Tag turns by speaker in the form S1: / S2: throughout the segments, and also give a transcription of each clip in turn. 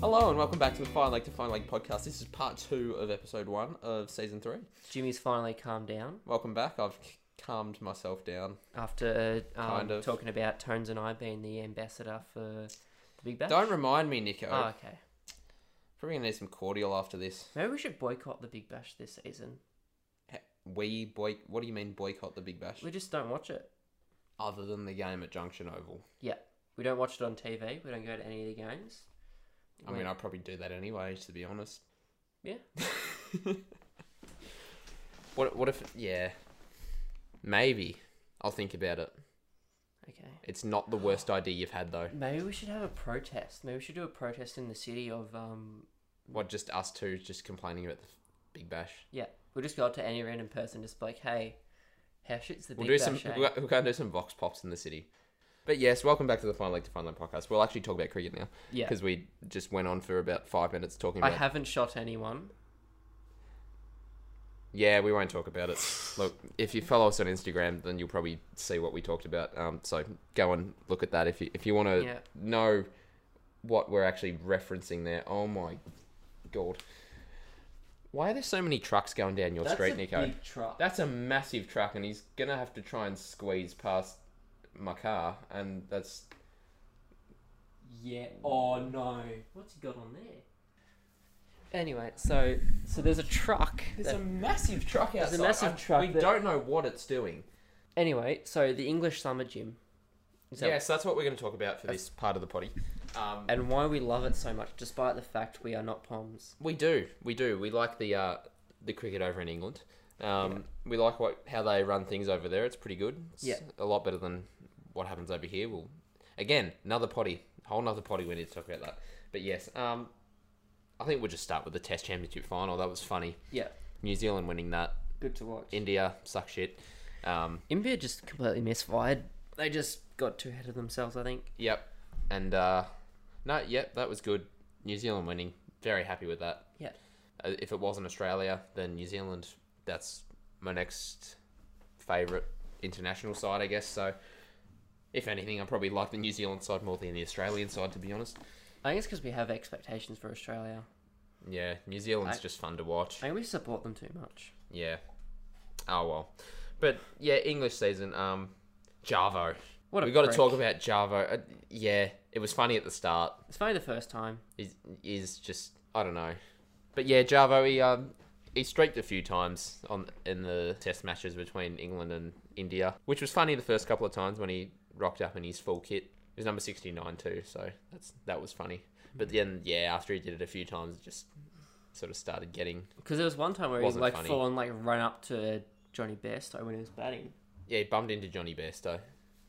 S1: Hello and welcome back to the Fine Lake to Fine Lake podcast. This is part two of episode one of season three.
S2: Jimmy's finally calmed down
S1: Welcome back. I've c- calmed myself down.
S2: after um,
S1: Kind of.
S2: talking about Tones and I being the ambassador for the Big Bash.
S1: Don't remind me, Nico.
S2: oh, okay.
S1: Probably gonna need some cordial after this.
S2: Maybe we should boycott the Big Bash this season.
S1: We boy. What do you mean boycott the Big Bash?
S2: We just don't watch it.
S1: Other than the game at Junction Oval.
S2: Yeah, we don't watch it on TV. We don't go to any of the games.
S1: I mean, I'll probably do that anyway. To be honest.
S2: Yeah.
S1: What? What if? Yeah. Maybe. I'll think about it.
S2: okay.
S1: It's not the worst idea you've had though.
S2: Maybe we should have a protest. Maybe we should do a protest in the city of um.
S1: What? Just us two just complaining about the Big Bash.
S2: Yeah, we'll just go up to any random person, just be like, hey, how shit's the
S1: We'll do
S2: Big
S1: some.
S2: Bash? eh?"
S1: We'll, we'll go and do some vox pops in the city. But yes, welcome back to the Fine Lake to Fine Lake podcast. We'll actually talk about cricket now
S2: Yeah,
S1: because we just went on for about five minutes talking
S2: I
S1: about.
S2: haven't shot anyone.
S1: yeah, we won't talk about it. Look, if you follow us on Instagram, then you'll probably see what we talked about. Um, so go and look at that if you if you want to
S2: Yeah.
S1: know what we're actually referencing there. Oh my god, why are there so many trucks going down your street, Nico?
S2: big truck.
S1: That's a massive truck, and he's gonna have to try and squeeze past my car, and that's
S2: Yeah. Oh no. What's he got on there? Anyway, so so there's a truck. that-
S1: massive truck
S2: There's a outside. massive I- truck
S1: We
S2: we that-
S1: don't know what it's doing.
S2: anyway, so the English summer gym. So,
S1: yes, that's what we're gonna talk about for this part of the potty. Um,
S2: And why we love it so much, despite the fact we are not Poms.
S1: we do, we do, we like the uh, the cricket over in England. Um, We like what how they run things over there. It's pretty good. It's
S2: Yeah.
S1: a lot better than what happens over here. We'll again another potty, whole another potty. We need to talk about that. But yes, um, I think we'll just start with the Test Championship final. That was funny.
S2: Yeah,
S1: New Zealand winning that.
S2: good to watch.
S1: India suck shit. Um,
S2: India just completely misfired. They just got too ahead of themselves, I think.
S1: Yep. And uh no, yep, that was good. New Zealand winning. Very happy with that.
S2: Yeah.
S1: Uh, if it wasn't Australia, then New Zealand that's my next favorite international side, I guess. So if anything, I probably like the New Zealand side more than the Australian side to be honest.
S2: I think it's because we have expectations for Australia.
S1: Yeah, New Zealand's
S2: I-
S1: just fun to watch.
S2: I think we support them too much.
S1: yeah. Oh well. But yeah, English season um Javo.
S2: What a
S1: we got to
S2: prick.
S1: talk about Javo. Uh, yeah, it was funny at the start.
S2: It's funny the first time.
S1: is is just I don't know. But yeah, Jarvo he um he streaked a few times on in the test matches between England and India, which was funny the first couple of times when he rocked up in his full kit. He was number sixty nine too, so that's that was funny. But then yeah, after he did it a few times, it just sort of started getting
S2: Because there was one time where he
S1: Wasn't
S2: like
S1: funny.
S2: full on like run up to Johnny Best when he was batting.
S1: yeah, he bumped into Johnny Besto,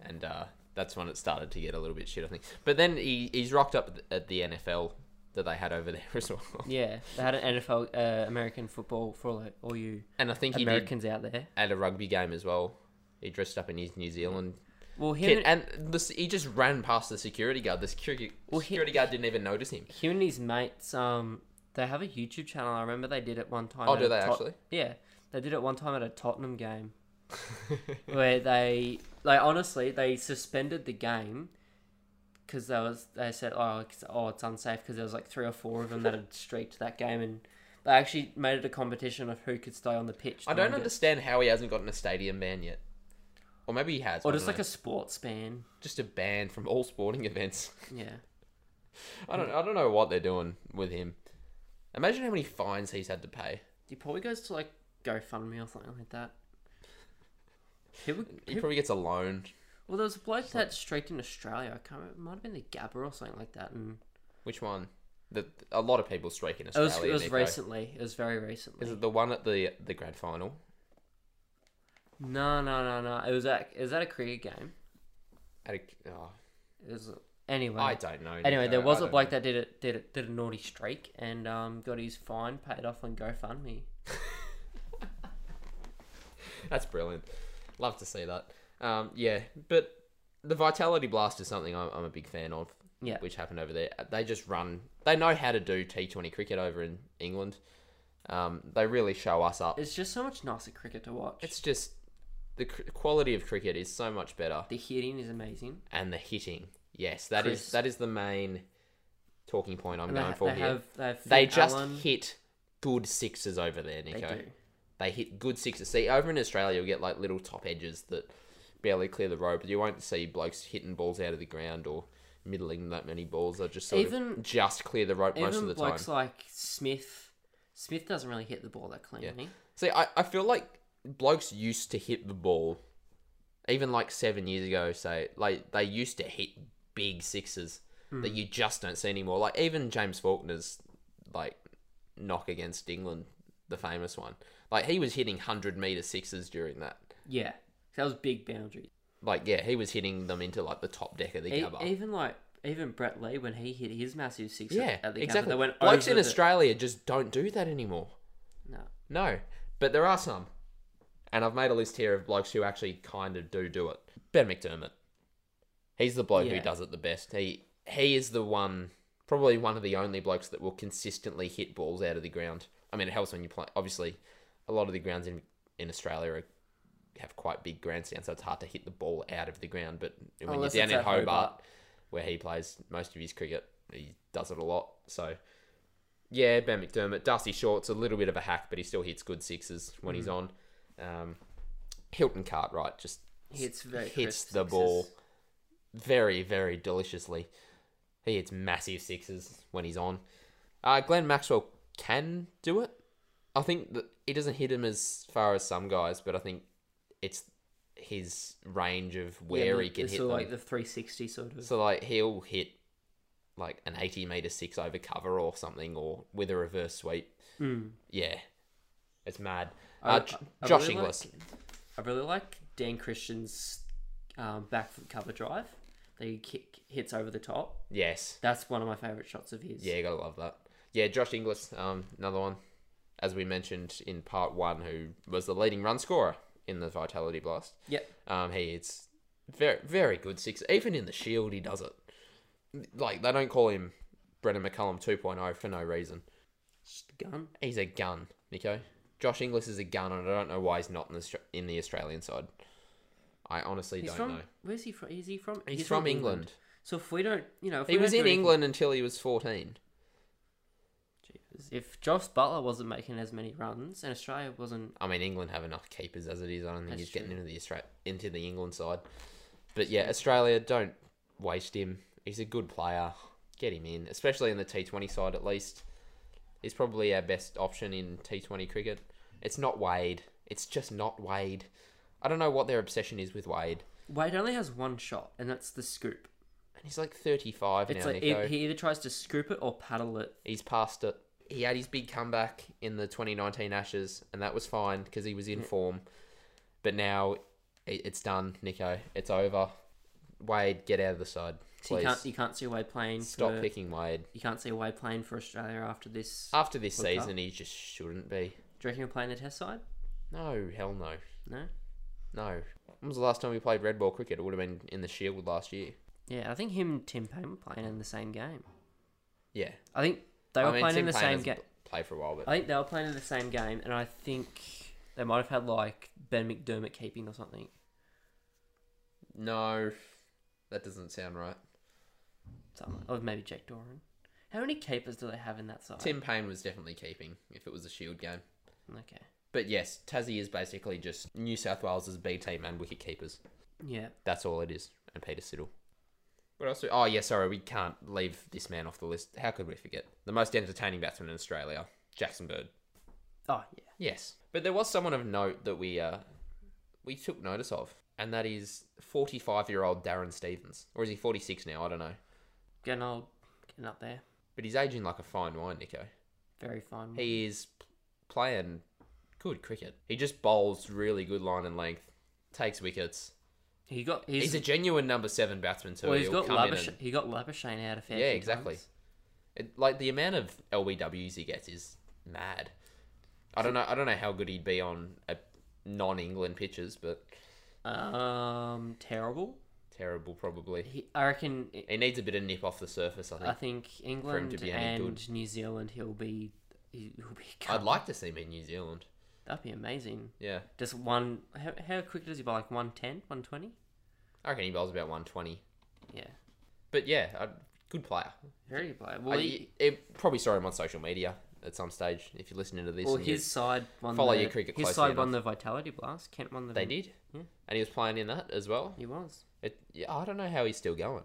S1: and uh, that's when it started to get a little bit shit, I think. But then he, he's rocked up at the NFL that they had over there as well,
S2: Yeah, they had an NFL uh, American football for all, all you
S1: and I think he did
S2: Americans out there.
S1: at a rugby game as well. He dressed up in his New Zealand
S2: Well, him,
S1: kit, and the, s- he just ran past the security guard. The security,
S2: Well, he-
S1: security guard didn't even notice him.
S2: him and his mates, um, they have a YouTube channel. I remember they did it one time.
S1: Oh,
S2: at
S1: do
S2: a
S1: they
S2: Tot-
S1: actually?
S2: Yeah, they did it one time at a Tottenham game where they, like, honestly, they suspended the game because they was they said, oh, it's, oh, it's unsafe because there was like three or four of them that had streaked that game and. They actually made it a competition of who could stay on the pitch.
S1: I don't
S2: longer.
S1: understand how he hasn't gotten a stadium ban yet, or maybe he has.
S2: Or
S1: I
S2: just
S1: don't
S2: like a sports ban.
S1: know. just a ban from all sporting events.
S2: Yeah.
S1: I don't, I don't know what they're doing with him. Imagine how many fines he's had to pay.
S2: He probably goes to like GoFundMe or something like that. He would,
S1: He
S2: he-
S1: probably gets a loan,
S2: well, there was a bloke that streaked in Australia. I can't remember. It might have been the Gabba or something like that. And
S1: Which one? The, a lot of people strike in
S2: it
S1: Australia.
S2: was, it was
S1: Nico.
S2: recently. It was very recently.
S1: Is it the one at the the grand final?
S2: No, no, no, no. It was at it was at a cricket game.
S1: At a, oh,
S2: It was anyway.
S1: I don't know.
S2: anyway,
S1: Nico.
S2: there was
S1: I
S2: a
S1: don't
S2: bloke that did it did it did a naughty streak and um got his fine paid off on GoFundMe.
S1: That's brilliant. Love to see that. Um, yeah, but the Vitality Blast is something I'm, I'm a big fan of.
S2: Yeah.
S1: Which happened over there. They just run. They know how to do T20 cricket over in England. Um, they really show us up.
S2: It's just so much nicer cricket to watch.
S1: It's just the cr- quality of cricket is so much better,
S2: the hitting is amazing.
S1: and the hitting. Yes, that is
S2: Crisp.
S1: that is the main talking point I'm
S2: And they,
S1: going
S2: ha-
S1: for
S2: they
S1: here.
S2: have they have
S1: they
S2: Finn
S1: just
S2: Allen.
S1: hit good sixes over there,
S2: They
S1: Nico.
S2: do.
S1: they hit good sixes. See, over in Australia, you get like little top edges that barely clear the road, but you won't see blokes hitting balls out of the ground or middling that many balls. They just sort of
S2: Even-
S1: just clear the rope most of
S2: Even
S1: the time.
S2: blokes like Smith. Smith doesn't really hit the ball that cleanly.
S1: See, I, I feel like blokes used to hit the ball, even like seven years ago, say, like they used to hit big sixes that
S2: Hmm.
S1: you just don't see anymore. Like even James Faulkner's like knock against England, the famous one. Like he was hitting hundred meter sixes during that.
S2: Yeah, that was big boundaries.
S1: like yeah, he was hitting them into like the top deck of the
S2: E-
S1: Gabba.
S2: even like even Brett Lee when he hit his massive six. at-
S1: yeah,
S2: at the Gabba,
S1: exactly.
S2: They went
S1: Blokes
S2: over
S1: in
S2: the-
S1: Australia just don't do that anymore.
S2: No,
S1: No, but there are some, and I've made a list here of blokes who actually kind of do do it. Ben McDermott, he's the bloke who
S2: Yeah.
S1: does it the best. He he is the one, probably one of the only blokes that will consistently hit balls out of the ground. I mean, it helps when you play. Obviously, a lot of the grounds in in Australia are, have quite big grandstands, so it's hard to hit the ball out of the ground. But when
S2: Unless
S1: you're
S2: it's
S1: down in
S2: at Hobart.
S1: Hobart, where he plays most of his cricket, he does it a lot. So yeah, Ben McDermott. Dusty Short's a little bit of a hack, but he still hits good sixes when he's
S2: Mm.
S1: on. Um, Hilton Cartwright just
S2: he hits very
S1: hits
S2: crisp
S1: the
S2: sixes.
S1: ball very, very deliciously. He hits massive sixes when he's on. Uh, Glenn Maxwell can do it. I think that he doesn't hit him as far as some guys, but I think it's his range of
S2: Yeah,
S1: where
S2: the-
S1: he can
S2: the
S1: hit
S2: sort
S1: them.
S2: of like the three sixty sort of.
S1: So like he'll hit like an eighty meter six over cover or something, or with a reverse sweep.
S2: Mm.
S1: Yeah, it's mad.
S2: I-
S1: Uh, J-
S2: I- I
S1: Josh
S2: really
S1: Inglis,
S2: Like, I really like Dan Christian's um, back foot cover drive. That he kick hits over the top.
S1: yes,
S2: That's one of my favorite shots of his.
S1: yeah, you gotta love that. Yeah, Josh Inglis, um, another one, as we mentioned in part one, who was the leading run scorer in the Vitality Blast.
S2: Yep.
S1: Um, he hits very, very good six. Even in the Shield, he does it. Like they don't call him Brennan McCullum 2.0 for no reason.
S2: Just a gun.
S1: He's a gun, Nico. Josh Inglis is a gun, and I don't know why he's not in the Austra- in the Australian side. I honestly
S2: He's
S1: don't
S2: from.
S1: know.
S2: Where's he from? Is he from?
S1: He's, from, England.
S2: So if we don't, you know, if
S1: He
S2: we
S1: was
S2: don't
S1: in
S2: do anything-
S1: England until he was fourteen.
S2: Jeepers. If Josh Butler wasn't making as many runs and Australia wasn't,
S1: I mean, England have enough keepers as it is. I don't think
S2: That's
S1: he's getting
S2: true.
S1: into the Austra- into the England side. But yeah, Australia don't waste him. He's a good player. Get him in, especially in the T Twenty side. At least he's probably our best option in T Twenty cricket. It's not Wade. It's just not Wade. I don't know what their obsession is with Wade.
S2: Wade only has one shot, and that's the scoop.
S1: And he's like 35
S2: It's
S1: now,
S2: like
S1: Nico.
S2: e- he either tries to scoop it or paddle it.
S1: He's past it. He had his big comeback in the 2019 Ashes, and that was fine because he was in form. But now it, it's done, Nico. It's over. Wade, get out of the side,
S2: So you
S1: please.
S2: can't you can't see Wade playing.
S1: Stop
S2: for,
S1: picking Ah. Wade.
S2: You can't see Wade playing for Australia after this.
S1: After this
S2: World Cup.
S1: season, he just shouldn't be.
S2: Do you reckon he'll play in the Test side?
S1: No, hell no.
S2: No.
S1: No. When was the last time we played red ball cricket? It would have been in the Shield last year.
S2: Yeah, I think him and Tim Payne were playing in the same game.
S1: Yeah.
S2: I think they were
S1: I mean,
S2: playing
S1: Tim
S2: in the
S1: Payne
S2: same
S1: has
S2: game.
S1: b- Played for a while, but
S2: I think they were playing in the same game, and I think they might have had like Ben McDermott keeping or something.
S1: no, that doesn't sound right.
S2: Something, or maybe Jake Doran. How many keepers do they have in that side?
S1: Tim Payne was definitely keeping if it was a Shield game.
S2: Okay.
S1: But yes, Tassie is basically just New South Wales' B team and wicket keepers.
S2: Yeah.
S1: That's all it is. And Peter Siddle. What else? do- oh, yeah, sorry, we can't leave this man off the list. How could we forget? The most entertaining batsman in Australia, Jackson Bird.
S2: Oh yeah.
S1: Yes. But there was someone of note that we uh, we took notice of, and that is 45 year old Darren Stevens. Or is he 46 now? I don't know.
S2: Getting old, getting up there.
S1: But he's aging like a fine wine, Nico.
S2: Very fun.
S1: He is p- playing good cricket. He just bowls really good line and length, takes wickets.
S2: He got
S1: He's,
S2: he's,
S1: a genuine number seven batsman too.
S2: well, he's
S1: He'll
S2: got
S1: come in
S2: Labush-
S1: and-
S2: he got Labuschagne out of fair.
S1: Yeah,
S2: few
S1: exactly.
S2: times.
S1: it- like the amount of LBWs he gets is mad. I don't know. I don't know how good he'd be on a non-England pitches, but
S2: Um, terrible.
S1: terrible probably.
S2: He, I reckon.
S1: He needs a bit of nip off the surface. I
S2: I
S1: think.
S2: think England
S1: be any
S2: and
S1: good.
S2: New Zealand. He'll be. He'll be.
S1: I'd like to see him in New Zealand.
S2: That'd be amazing.
S1: Yeah,
S2: Just one. How, how quick does he buy? Like 110, 120?
S1: I reckon he bowls about one twenty.
S2: Yeah.
S1: But yeah, i good player.
S2: Very player.
S1: I,
S2: Well, he,
S1: it probably saw him on social media at some stage. If you're listening to this,
S2: well
S1: and you-
S2: his side won.
S1: follow
S2: the,
S1: your cricket
S2: His
S1: closely
S2: side won the Vitality Blast. Kent won the.
S1: they did,
S2: Yeah.
S1: and he was playing in that as well.
S2: He was.
S1: It, yeah, I don't know how he's still going.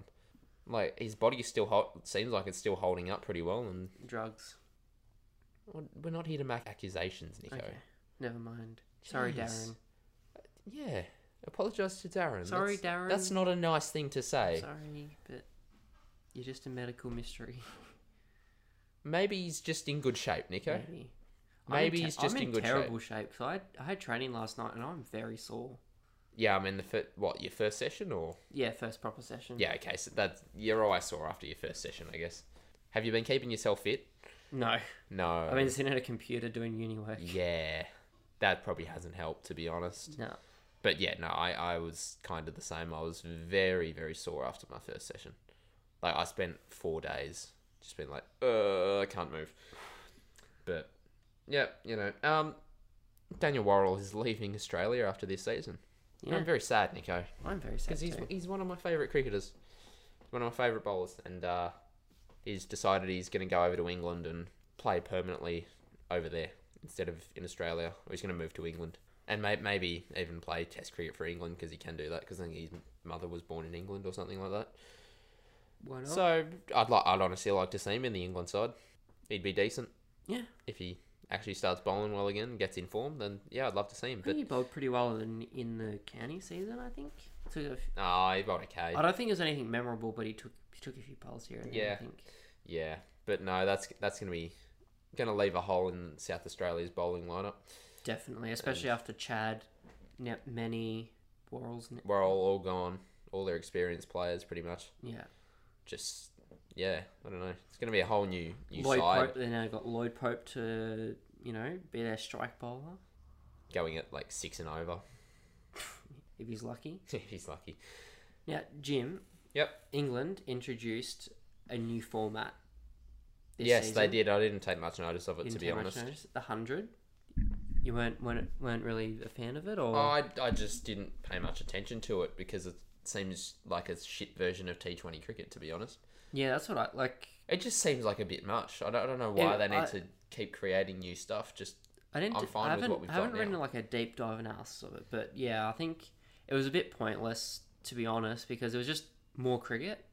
S1: Like his body is still hot. Seems like it's still holding up pretty well. And
S2: Drugs.
S1: we're not here to make accusations, Nico.
S2: Okay. Never mind. Sorry,
S1: Jeez. Uh,
S2: Darren.
S1: Yeah, apologise to Darren.
S2: Sorry,
S1: that's,
S2: Darren.
S1: That's not a nice thing to say.
S2: Sorry, but you're just a medical mystery.
S1: Maybe he's just in good shape, Nico.
S2: Maybe.
S1: Maybe
S2: I'm in
S1: he's just
S2: I'm
S1: in good shape.
S2: terrible shape. So I, I had training last night and I'm very sore.
S1: Yeah, I mean the fir- what your first session or
S2: Yeah, first proper session.
S1: yeah, okay, so that's you're always sore after your first session, I guess. Have you been keeping yourself fit?
S2: No,
S1: No.
S2: I've been sitting at a computer doing uni work.
S1: yeah, that probably hasn't helped to be honest.
S2: No,
S1: But yeah, no, I I was kind of the same. I was very very sore after my first session. Like I spent four days just being like, uh, I can't move. But yeah, you know, um, Daniel Worrell is leaving Australia after this season.
S2: yeah,
S1: I'm very sad, Nico.
S2: I'm very sad.
S1: Because he's,
S2: too.
S1: he's one of my favourite cricketers, one of my favourite bowlers, and uh, he's decided he's going to go over to England and play permanently over there instead of in Australia. Or he's going to move to England and may, maybe even play Test cricket for England because he can do that because I think his mother was born in England or something like that.
S2: Why not?
S1: So I'd like I'd honestly like to see him in the England side. He'd be decent
S2: yeah,
S1: if he actually starts bowling well again, gets in form. Then yeah, I'd love to see him.
S2: I
S1: But
S2: think he bowled pretty well in in the county season. I think. Took a f-
S1: ah, he bowled okay.
S2: I don't think it was anything memorable, but he took he took a few bowls here and there.
S1: Yeah.
S2: I think.
S1: Yeah, but no, that's that's gonna be gonna leave a hole in South Australia's bowling lineup.
S2: Definitely, especially after Chad, ne- many Worrells. Ne-
S1: We're all all gone, all their experienced players, pretty much.
S2: yeah,
S1: Just yeah, I don't know. It's gonna be a whole new new
S2: Lloyd
S1: side
S2: Pope. Then I got Lloyd Pope to you know be their strike bowler
S1: going at like six and over.
S2: if he's lucky.
S1: if he's lucky.
S2: Now, Jim.
S1: Yep.
S2: England introduced a new format. this
S1: yes, they
S2: season.
S1: did. I didn't take much notice of it
S2: Didn't
S1: to be
S2: take much
S1: honest.
S2: notice. the hundred. You weren't weren't weren't really a fan of it, or
S1: Oh, I I just didn't pay much attention to it because it seems like a shit version of T Twenty cricket. To be honest,
S2: yeah, that's what I like.
S1: it just seems like a bit much. I don't, I don't know why
S2: Yeah,
S1: they need
S2: I-
S1: to keep creating new stuff. Just
S2: I didn't.
S1: I'm fine
S2: I
S1: with
S2: haven't,
S1: what we've
S2: I haven't
S1: got
S2: written
S1: now.
S2: like a deep dive analysis of it, but yeah, I think it was a bit pointless to be honest because it was just more cricket.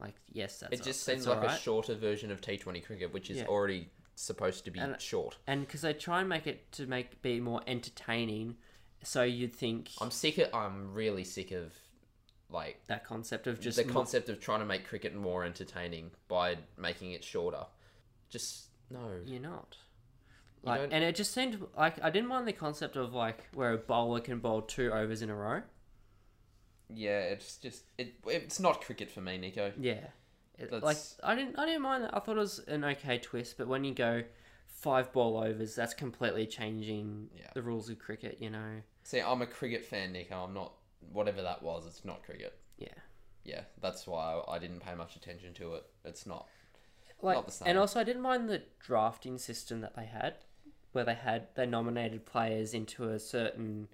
S2: Like yes, that's
S1: It just
S2: all-
S1: seems
S2: that's
S1: like
S2: alright.
S1: a shorter version of T20 cricket, which is
S2: Yeah.
S1: already supposed to be
S2: And-
S1: short.
S2: and because they try and make it to make be more entertaining, so you'd think
S1: I'm sick of. I'm really sick of like
S2: that concept of just
S1: the
S2: mo-
S1: concept of trying to make cricket more entertaining by making it shorter. Just no.
S2: You're not. Like,
S1: don't-
S2: and it just seemed like I didn't mind the concept of like where a bowler can bowl two overs in a row.
S1: Yeah, it's just it. It's not cricket for me, Nico.
S2: Yeah, It- like
S1: That's-
S2: I didn't I didn't mind that. I thought it was an okay twist, but when you go five ball overs, that's completely changing
S1: Yeah.
S2: the rules of cricket. You know,
S1: See, I'm a cricket fan, Nico. I'm not whatever that was. It's not cricket.
S2: yeah.
S1: Yeah, that's why I, I didn't pay much attention to it. It's not.
S2: Like,
S1: Not the same.
S2: and also I didn't mind the drafting system that they had, where they had they nominated players into a certain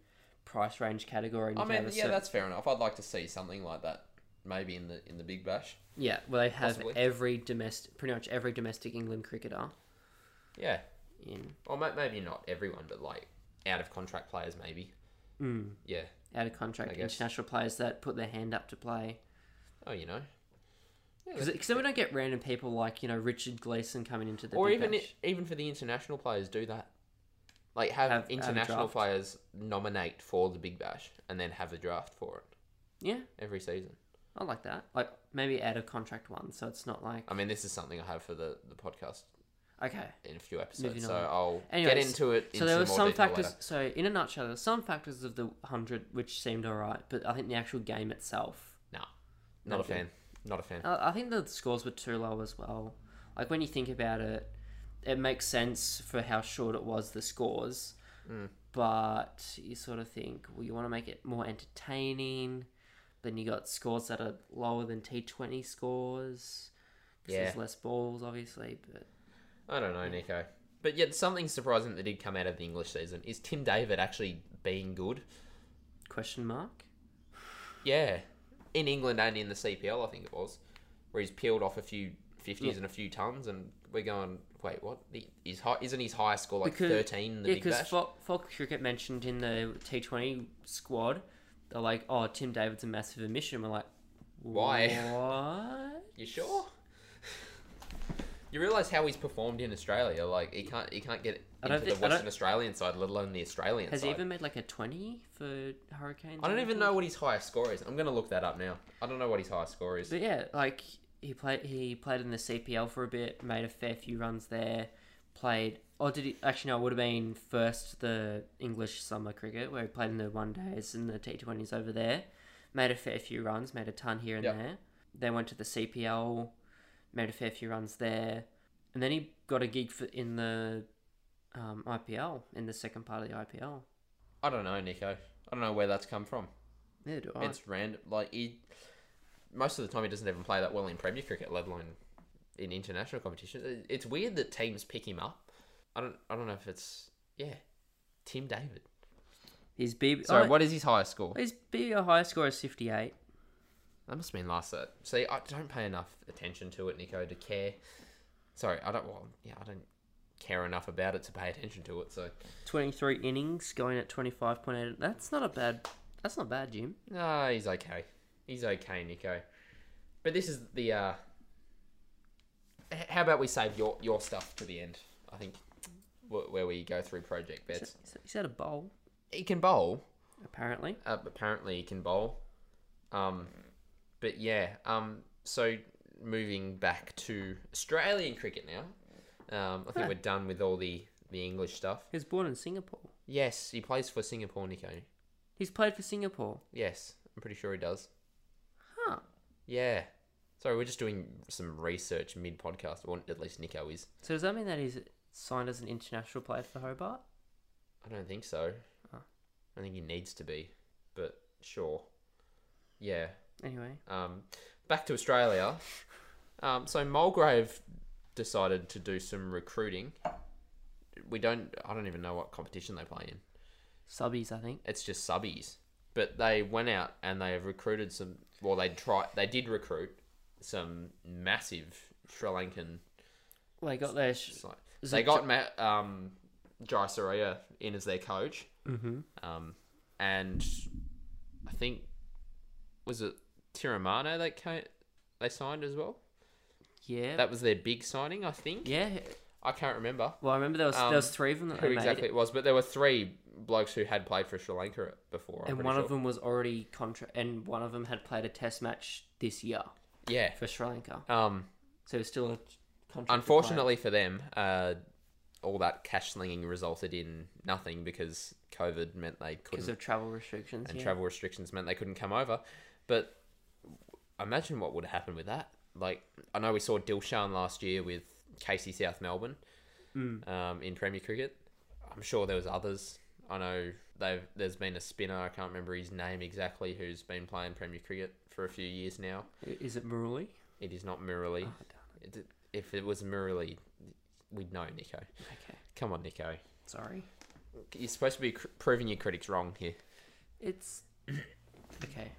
S2: price range category. And
S1: I
S2: you could have
S1: mean,
S2: a
S1: yeah,
S2: cer-
S1: that's fair enough. I'd like to see something like that, maybe in the in the Big Bash.
S2: yeah. Where they have
S1: Possibly.
S2: every domestic, pretty much every domestic England cricketer
S1: Yeah,
S2: in.
S1: Or ma- maybe not everyone, but like out of contract players, maybe.
S2: Mm.
S1: Yeah.
S2: out of
S1: I
S2: contract
S1: guess.
S2: international players that put their hand up to play.
S1: Oh, you know. Yeah,
S2: Because then we don't get random people like you know Richard Gleason coming into the
S1: or
S2: big
S1: even
S2: bash.
S1: even for the international players, do that. Like have,
S2: Have- have a
S1: international
S2: draft.
S1: players nominate for the Big Bash and then have a draft for it
S2: yeah,
S1: every season.
S2: I like that. Like maybe out of contract one, so it's not like
S1: I mean, this is something I have for the, the podcast
S2: okay.
S1: in a few
S2: Moving
S1: episodes, so
S2: on.
S1: I'll get
S2: Anyways,
S1: into it.
S2: so
S1: into
S2: there were
S1: more
S2: some
S1: detail
S2: factors.
S1: later.
S2: So in a nutshell, there were some factors of the hundred which seemed alright, but I think the actual game itself,
S1: Not a
S2: Okay.
S1: fan. Not a fan.
S2: I I think the scores were too low as well. Like when you think about it, it makes sense for how short it was the scores,
S1: Mm.
S2: but you sort of think, well, you want to make it more entertaining. Then you got scores that are lower than T20 scores. 'cause There's
S1: Yeah.
S2: less balls, obviously, but
S1: I don't know, Nico. But yet, something surprising that did come out of the English season is Tim David actually being good.
S2: question mark.
S1: Yeah, in England and in the CPL, I think it was. where he's peeled off a few fifties and a few tons, and we're going, wait, what? The- Is high, isn't his high score like
S2: Because-
S1: thirteen? The
S2: yeah,
S1: big
S2: because
S1: bash.
S2: Fo- Fox Cricket mentioned in the T20 squad, they're like, oh, Tim David's a massive omission. We're like,
S1: Why?
S2: What?
S1: you sure? you realise how he's performed in Australia? Like he can't he can't get
S2: I don't
S1: into the
S2: thi- I don't-
S1: Western Australian side, let alone the Australian
S2: Has
S1: side.
S2: he even made like a 20 for Hurricanes?
S1: I don't
S2: or
S1: even
S2: anything?
S1: know what his highest score is. I'm gonna look that up now. I don't know what his highest score is.
S2: But yeah, like he played he played in the CPL for a bit, made a fair few runs there, played or did he actually no, it would have been first the English summer cricket where he played in the one days and the T twenties over there. Made a fair few runs, made a ton here and
S1: Yep.
S2: there. Then went to the CPL, made a fair few runs there. And then he got a gig for, in the um, IPL, in the second part of the IPL.
S1: I don't know, Nico. I don't know where that's come from.
S2: Neither do I.
S1: It's random. Like he, most of the time, he doesn't even play that well in Premier cricket, let alone in international competitions. It- It's weird that teams pick him up. I don't. I don't know if it's yeah, Tim David.
S2: His BB,
S1: Sorry,
S2: oh,
S1: what is his highest score?
S2: his BBL highest score is 58.
S1: That must have been last set. See, I don't pay enough attention to it, Nico, to care. Sorry, I don't. Well, yeah, I don't care enough about it to pay attention to it. So
S2: 23 innings, going at 25.8. That's not a bad. That's not bad, Jim.
S1: No, he's okay. He's okay, Nico. But this is the. uh h- How about we save your your stuff to the end? I think wh- where we go through project
S2: He's
S1: bets.
S2: he's had a bowl,
S1: He can bowl.
S2: apparently.
S1: Uh, apparently, he can bowl. Um, but yeah. Um, so moving back to Australian cricket now. Um, I think
S2: Huh.
S1: we're done with all the the English stuff.
S2: He was born in Singapore.
S1: Yes, he plays for Singapore, Nico.
S2: He's played for Singapore.
S1: Yes, I'm pretty sure he does.
S2: Huh.
S1: Yeah. Sorry, we're just doing some research mid podcast, or at least Nico is.
S2: So does that mean that he's signed as an international player for Hobart?
S1: I don't think so.
S2: Huh.
S1: I think he needs to be, but sure. Yeah.
S2: Anyway.
S1: Um, back to Australia. Um, so Mulgrave decided to do some recruiting. We don't. I don't even know what competition they play in.
S2: Subbies, I think.
S1: It's just subbies. But they went out and they have recruited some. Well, they try. They did recruit some massive Sri Lankan
S2: They got their. Sh-
S1: It's like-
S2: Is
S1: they
S2: it
S1: got Matt um, Jaisaria in as their coach,
S2: mm-hmm.
S1: um, and I think was it Tiramano that came, they signed as well.
S2: Yeah.
S1: That was their big signing, I think.
S2: yeah.
S1: I can't remember
S2: Well, I remember there was
S1: Um,
S2: there was three of them that
S1: who
S2: they
S1: exactly
S2: made,
S1: it was, but there were three blokes who had played for Sri Lanka before. I'm
S2: and
S1: pretty
S2: one
S1: sure.
S2: of them was already contra, and one of them had played a Test match this year
S1: yeah.
S2: for Sri Lanka.
S1: Um,
S2: So he's still a contract.
S1: unfortunately for them, uh, all that cash slinging resulted in nothing because COVID meant they couldn't
S2: because of travel restrictions.
S1: and
S2: yeah.
S1: travel restrictions meant they couldn't come over. But imagine what would happen with that. Like I know we saw Dilshan last year with KC South Melbourne um, in Premier Cricket. I'm sure there was others. I know they've there's been a spinner I can't remember his name exactly who's been playing Premier Cricket for a few years now.
S2: Is it Maruli?
S1: It is not Murali. It- If it was Murali, we'd know Nico.
S2: Okay,
S1: Come on, Nico.
S2: sorry.
S1: You're supposed to be cr- proving your critics wrong here.
S2: It's okay.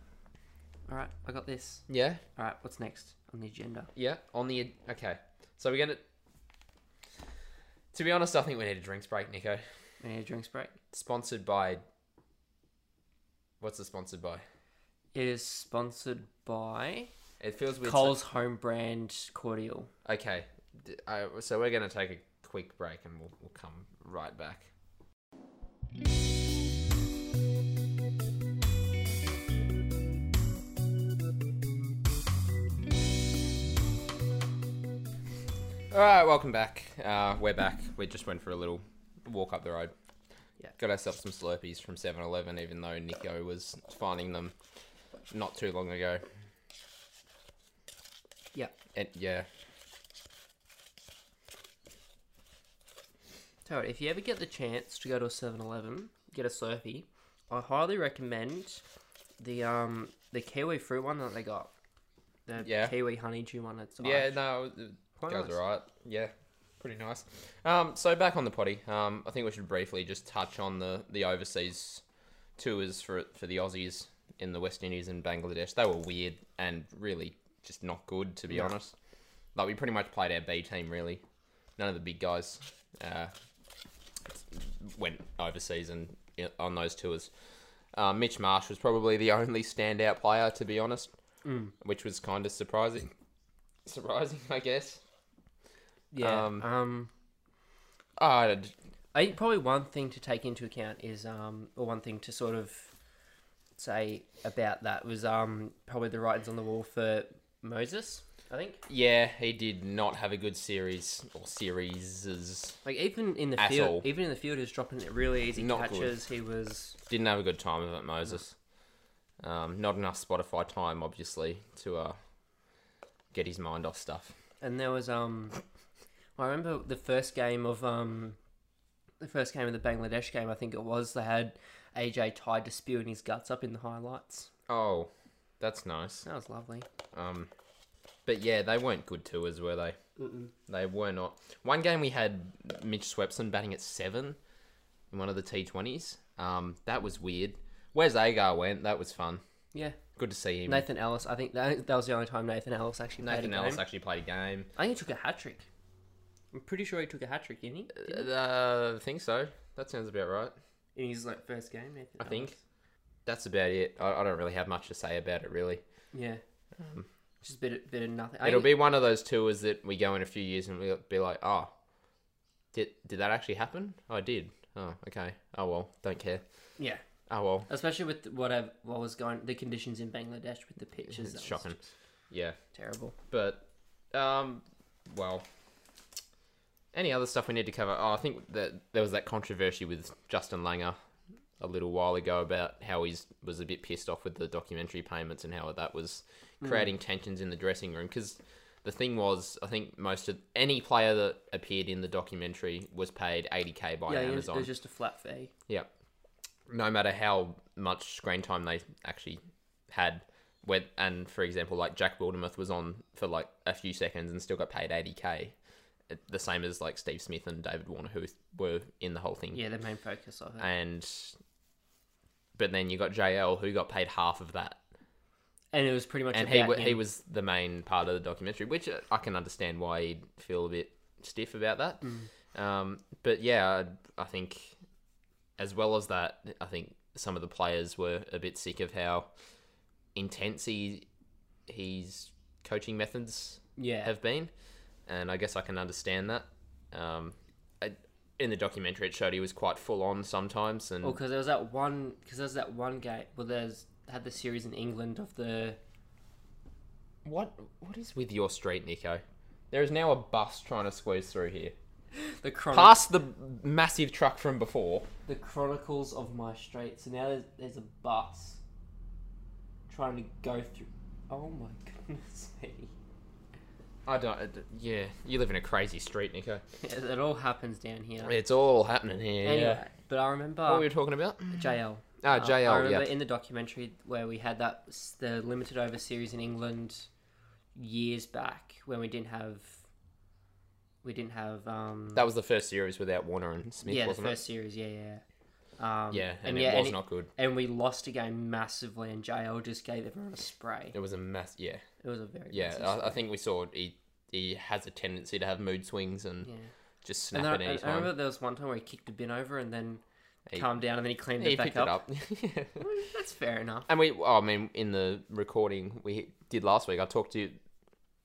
S2: All right, I got this.
S1: Yeah.
S2: All right, what's next on the agenda?
S1: Yeah, on the okay. So we're gonna. To be honest, I think we need a drinks break, Nico.
S2: We need a drinks break.
S1: Sponsored by. What's it sponsored by?
S2: It is sponsored by
S1: It feels weird.
S2: Cole's home brand cordial.
S1: Okay, d- I- so we're gonna take a quick break and we'll, we'll come right back. All right, welcome back. Uh, we're back. We just went for a little walk up the road.
S2: Yeah.
S1: Got ourselves some Slurpees from 7-Eleven, even though Nico was finding them not too long ago.
S2: Yeah,
S1: And yeah,
S2: tell you what, if you ever get the chance to go to a 7-Eleven, get a Slurpee. I highly recommend the um the kiwi fruit one that they got. The
S1: Yeah.
S2: kiwi honeydew one. It's
S1: yeah, no, it-
S2: Quite
S1: Guys,
S2: nice.
S1: all right. Yeah, pretty nice. Um, so back on the potty. Um, I think we should briefly just touch on the the overseas tours for for the Aussies in the West Indies and Bangladesh. They were weird and really just not good, to be
S2: No.
S1: honest. Like, we pretty much played our B team, really. None of the big guys uh, went overseas and i- on those tours. Uh, Mitch Marsh was probably the only standout player, to be honest,
S2: Mm.
S1: which was kind of surprising. Surprising, I guess.
S2: Yeah.
S1: Um,
S2: Um,
S1: Ah, I d-
S2: I think probably one thing to take into account is, um, or one thing to sort of say about that was um, probably the writings on the wall for Moses. I think,
S1: yeah, he did not have a good series or series.
S2: like even in the
S1: At
S2: field,
S1: all.
S2: even in the field, he was dropping it really easy
S1: Not good.
S2: catches. He was
S1: Didn't have a good time of it, Moses. Um, not enough Spotify time, obviously, to uh, get his mind off stuff.
S2: And there was um, I remember the first game of um, the first game of the Bangladesh game. I think it was they had AJ tied to spewing his guts up in the highlights.
S1: Oh, that's nice.
S2: That was lovely.
S1: Um, but yeah, they weren't good tours, were they? They were not. One game we had Mitch Swepson batting at seven in one of the T20s. Um, that was weird. Where's Agar went? That was fun.
S2: Yeah,
S1: Good to see him.
S2: Nathan Ellis. I think that, that was the only time Nathan Ellis actually played
S1: Nathan
S2: a
S1: Ellis
S2: game.
S1: actually played a game.
S2: I think he took a hat trick. I'm pretty sure he took a hat trick, didn't he?
S1: Uh, I think so. That sounds about right.
S2: In his like first game, Nathan
S1: I think that's about it. I, I don't really have much to say about it, really.
S2: Yeah. Um, Just a bit, of- bit of nothing. I
S1: It'll
S2: think-
S1: be one of those tours that we go in a few years and we'll be like, oh, did did that actually happen? Oh, it did. Oh, okay. Oh well, don't care.
S2: yeah,
S1: Oh well,
S2: especially with what I've, what was going the conditions in Bangladesh with the pitches. that
S1: it's
S2: was
S1: shocking. Yeah,
S2: Terrible.
S1: but um, well, any other stuff we need to cover? Oh, I think that there was that controversy with Justin Langer a little while ago about how he was a bit pissed off with the documentary payments and how that was
S2: Hmm.
S1: creating tensions in the dressing room because the thing was i think most of any player that appeared in the documentary was paid 80k by
S2: yeah, it was, it
S1: amazon
S2: was just a flat fee.
S1: yeah no matter how much screen time they actually had when, and for example like jack wildermuth was on for like a few seconds and still got paid 80k It- the same as like steve smith and david warner who were in the whole thing
S2: Yeah, the main focus of it.
S1: and but then you got jl who got paid half of that
S2: and it was pretty much
S1: and he
S2: about
S1: wa- he
S2: him.
S1: was the main part of the documentary, which uh, I can understand why he'd feel a bit stiff about that. Um, but yeah, I, I think as well as that, I think some of the players were a bit sick of how intense he, his coaching methods
S2: yeah
S1: have been, and I guess I can understand that. Um, I, in the documentary, it showed he was quite full on sometimes, and
S2: well because there was that one because there was that one game well there's had the series in England of the
S1: what what is with your street, Nico? There is now a bus trying to squeeze through here.
S2: the chronic,
S1: past the massive truck from before.
S2: the Chronicles of My Street. So now there's, there's a bus trying to go through. Oh my goodness me!
S1: I don't. uh, Yeah, you live in a crazy street, Nico.
S2: Yeah, it all happens down here.
S1: It's all happening here.
S2: Anyway,
S1: yeah.
S2: but I remember
S1: What were you talking about?
S2: JL.
S1: Ah,
S2: Uh, I
S1: JL.
S2: remember
S1: Yeah.
S2: in the documentary where we had that s- the limited over series in England years back when we didn't have we didn't have um
S1: That was the first series without Warner and Smith,
S2: yeah the
S1: wasn't
S2: first series yeah yeah um,
S1: it? Yeah, and,
S2: and
S1: it
S2: yeah
S1: was
S2: and, it-
S1: not good.
S2: and we lost a game massively and JL just gave everyone a spray
S1: It was a mess. Yeah,
S2: it was a very
S1: yeah.
S2: massive
S1: I, I
S2: spray.
S1: think we saw he he has a tendency to have mood swings and
S2: yeah
S1: just snap
S2: and then
S1: at
S2: I,
S1: any
S2: and I
S1: time.
S2: remember there was one time where he kicked a bin over and then
S1: He-
S2: calmed down and then he cleaned
S1: he
S2: it back
S1: picked
S2: up,
S1: it up.
S2: Mm, that's fair enough
S1: And we, oh, I mean, in the recording we did last week, I talked to you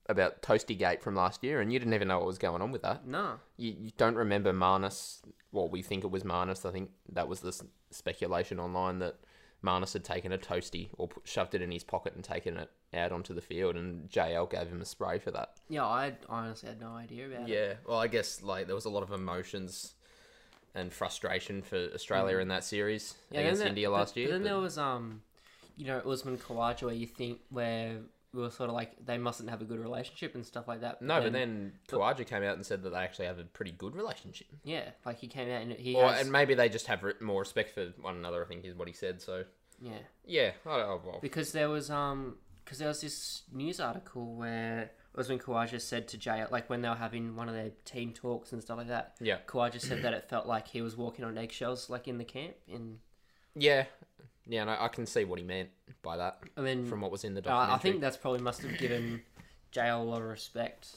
S1: about Toasty Gate from last year, and you didn't even know what was going on with that.
S2: no
S1: You, you don't remember Marnus? Well, we think it was Marnus. I think that was the s- speculation online that Marnus had taken a toasty or put, shoved it in his pocket and taken it out onto the field, and JL gave him a spray for that.
S2: yeah I honestly had no idea about it
S1: Yeah, well, I guess like there was a lot of emotions and frustration for Australia in that series against
S2: then there-
S1: India
S2: but-
S1: last
S2: but
S1: year.
S2: then
S1: but-
S2: there was um, you know, Usman Khawaja, where you think where we were sort of like they mustn't have a good relationship and stuff like that.
S1: no, but then Kawaja came out and said that they actually have a pretty good relationship.
S2: yeah, like he came out and he
S1: Or,
S2: has,
S1: and maybe they just have re- more respect for one another, I think is what he said. So,
S2: yeah,
S1: yeah. I don't, oh, well,
S2: because there was um, because there was this news article where Usman Khawaja said to Jay, like when they were having one of their team talks and stuff like that.
S1: yeah.
S2: Kawaja said that it felt like he was walking on eggshells, like in the camp, and
S1: Yeah, yeah, and I, I can see what he meant by that
S2: and then
S1: from what was in the
S2: uh,
S1: documentary.
S2: I think that's probably must have given JL a lot of respect.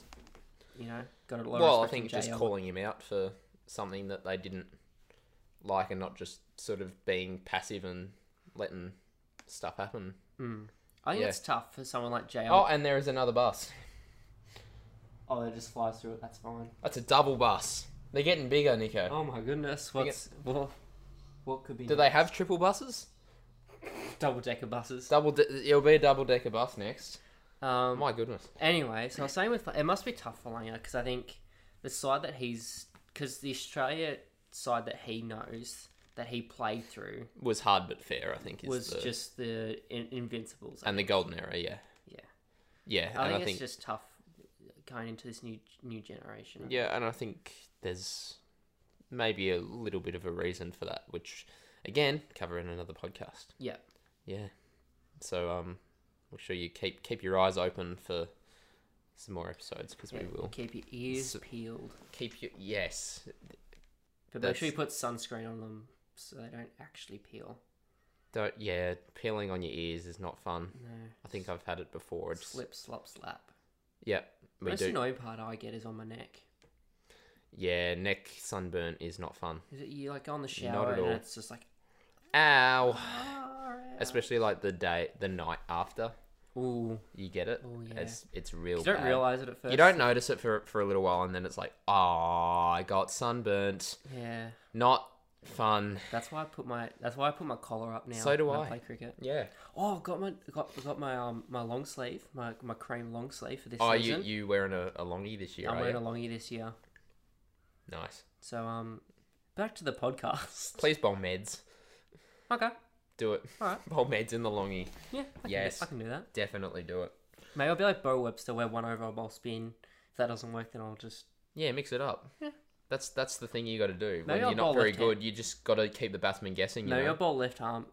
S2: You know, got a lot
S1: well, I
S2: of respect.
S1: think
S2: from
S1: just
S2: JL.
S1: calling him out for something that they didn't like and not just sort of being passive and letting stuff happen.
S2: Mm. I think
S1: Yeah.
S2: it's tough for someone like JL.
S1: Oh,
S2: Oh,
S1: and there is another bus. Oh,
S2: it just flies through it. That's fine.
S1: That's a double bus. They're getting bigger, Nico.
S2: Oh my goodness,
S1: get-
S2: what's what? What could be?
S1: Do they have triple buses?
S2: double decker buses?
S1: Double. De- it'll be a double decker bus next.
S2: Um,
S1: My goodness.
S2: Anyway, so I was saying with it must be tough for Langer because I think the side that he's because the Australia side that he knows that he played through
S1: Was hard but fair, I think. Is
S2: was
S1: the-
S2: just the in- Invincibles.
S1: and the golden era, yeah,
S2: yeah,
S1: yeah,
S2: I
S1: and
S2: think
S1: I
S2: it's
S1: think
S2: just tough going into this new new generation.
S1: yeah, and I think there's maybe a little bit of a reason for that, which again cover in another podcast.
S2: Yeah.
S1: yeah. So um, make sure you keep keep your eyes open for some more episodes because
S2: Yeah,
S1: we will
S2: keep your ears
S1: So-
S2: peeled,
S1: keep you. Yes,
S2: but make sure
S1: That's-
S2: you put sunscreen on them so they don't actually peel.
S1: don't. Yeah, peeling on your ears is not fun.
S2: No,
S1: I think I've had it before. It's,
S2: slip, slop, slap.
S1: Yeah,
S2: The
S1: we
S2: most
S1: do.
S2: annoying part I get is on my neck.
S1: yeah, neck sunburn is not fun.
S2: Is it you like go on the
S1: at
S2: shower and
S1: all.
S2: it's just like
S1: Ow.
S2: "Ah,
S1: Especially like the day, the night after
S2: ooh.
S1: you get it.
S2: Oh, yeah.
S1: It's it's real.
S2: You don't
S1: bad.
S2: realize it at first.
S1: You don't notice it for for a little while, and then it's like, ah, I got sunburnt.
S2: Yeah,
S1: Not fun.
S2: that's why I put my that's why I put my collar up now.
S1: So do
S2: when
S1: I.
S2: play cricket.
S1: Yeah.
S2: Oh, I've got my got got my um my long sleeve, my my cream long sleeve for this
S1: Oh, you
S2: season.
S1: you wearing a, a longie this year?
S2: I'm
S1: are
S2: wearing
S1: you?
S2: a longie this year.
S1: Nice.
S2: So um, back to the podcast.
S1: Please bowl meds.
S2: Okay,
S1: Do it.
S2: Alright.
S1: Bowl meds in the longie.
S2: yeah, I can
S1: Yes.
S2: do, I can do that.
S1: Definitely do it.
S2: Maybe I'll be like Bo Webster, where one over, I'll spin. If that doesn't work, then I'll just
S1: Yeah, mix it up.
S2: Yeah.
S1: That's that's the thing you got to do.
S2: Maybe
S1: when
S2: I'll
S1: you're
S2: bowl
S1: not very
S2: left hand.
S1: good, you just got to keep the batsman guessing. You
S2: maybe I'll
S1: know?
S2: bowl left arm,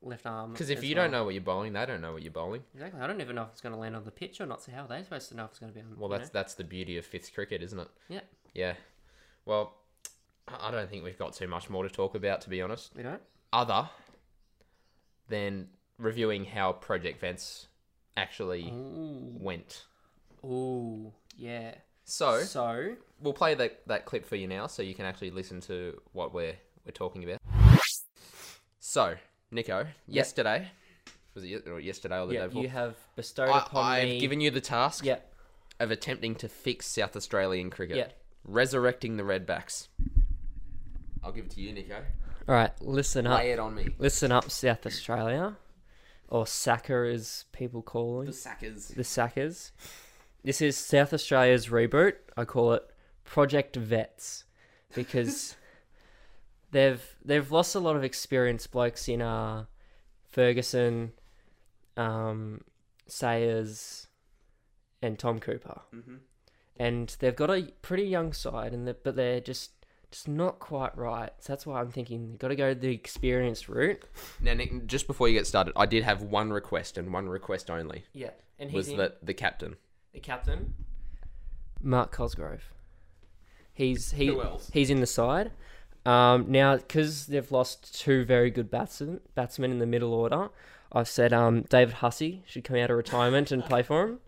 S2: left arm.
S1: Because if
S2: as
S1: you
S2: well.
S1: don't know what you're bowling, they don't know what you're bowling.
S2: exactly, I don't even know if it's going to land on the pitch or not. So how are they supposed to know if it's going to be on?
S1: Well,
S2: you
S1: that's that's the beauty of fifth cricket, isn't it?
S2: Yeah.
S1: Yeah. Well, I I don't think we've got too much more to talk about, to be honest,
S2: know? we don't.
S1: other than reviewing how Project Vents actually
S2: Ooh.
S1: went.
S2: Ooh, yeah.
S1: So
S2: So,
S1: we'll play that, that clip for you now, so you can actually listen to what we're we're talking about. So, Nico, yesterday was it ye- or yesterday or the day
S2: yeah,
S1: before?
S2: you have bestowed
S1: I,
S2: upon
S1: I've
S2: me.
S1: given you the task
S2: yeah,
S1: of attempting to fix South Australian cricket,
S2: Yeah.
S1: resurrecting the Redbacks. I'll give it to you, Nico.
S2: all right. Listen up,
S1: Lay it on me.
S2: listen up, South Australia, or Saka as people call
S1: The
S2: it,
S1: Sackers.
S2: the Sackers. This is South Australia's reboot. I call it Project Vets because they've they've lost a lot of experienced blokes in uh, Ferguson, um, Sayers, and Tom Cooper.
S1: Mm-hmm.
S2: and they've got a pretty young side, and they but they're just just not quite right. So that's why I'm thinking they've got to go the experienced route.
S1: Now, Nick, just before you get started, I did have one request and one request only
S2: Yeah, and
S1: was that the captain.
S2: the captain, Mark Cosgrove. He's he
S1: Who else?
S2: he's in the side. Um, now, because they've lost two very good batsmen, batsmen in the middle order, I've said um, David Hussey should come out of retirement and play for him.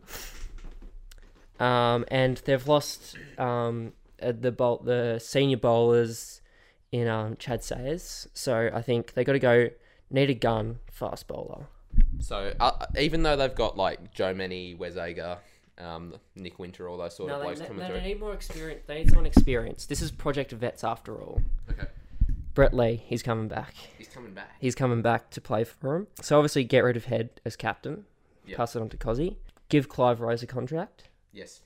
S2: Um, and they've lost um, uh, the bowl, the senior bowlers in um, Chad Sayers. So I think they got to go need a gun fast bowler.
S1: So uh, even though they've got like Joe Many, Wes Agar, um, Nick Winter, all those sort of
S2: No,
S1: blokes
S2: they,
S1: coming
S2: no,
S1: through.
S2: they need more experience. They need someone experienced. This is Project Vets after all.
S1: Okay,
S2: Brett Lee, he's coming back.
S1: he's coming back.
S2: He's coming back to play for him. So obviously, get rid of Head as captain.
S1: Yeah.
S2: Pass it on to Cozzy. Give Clive Rose a contract.
S1: Yes,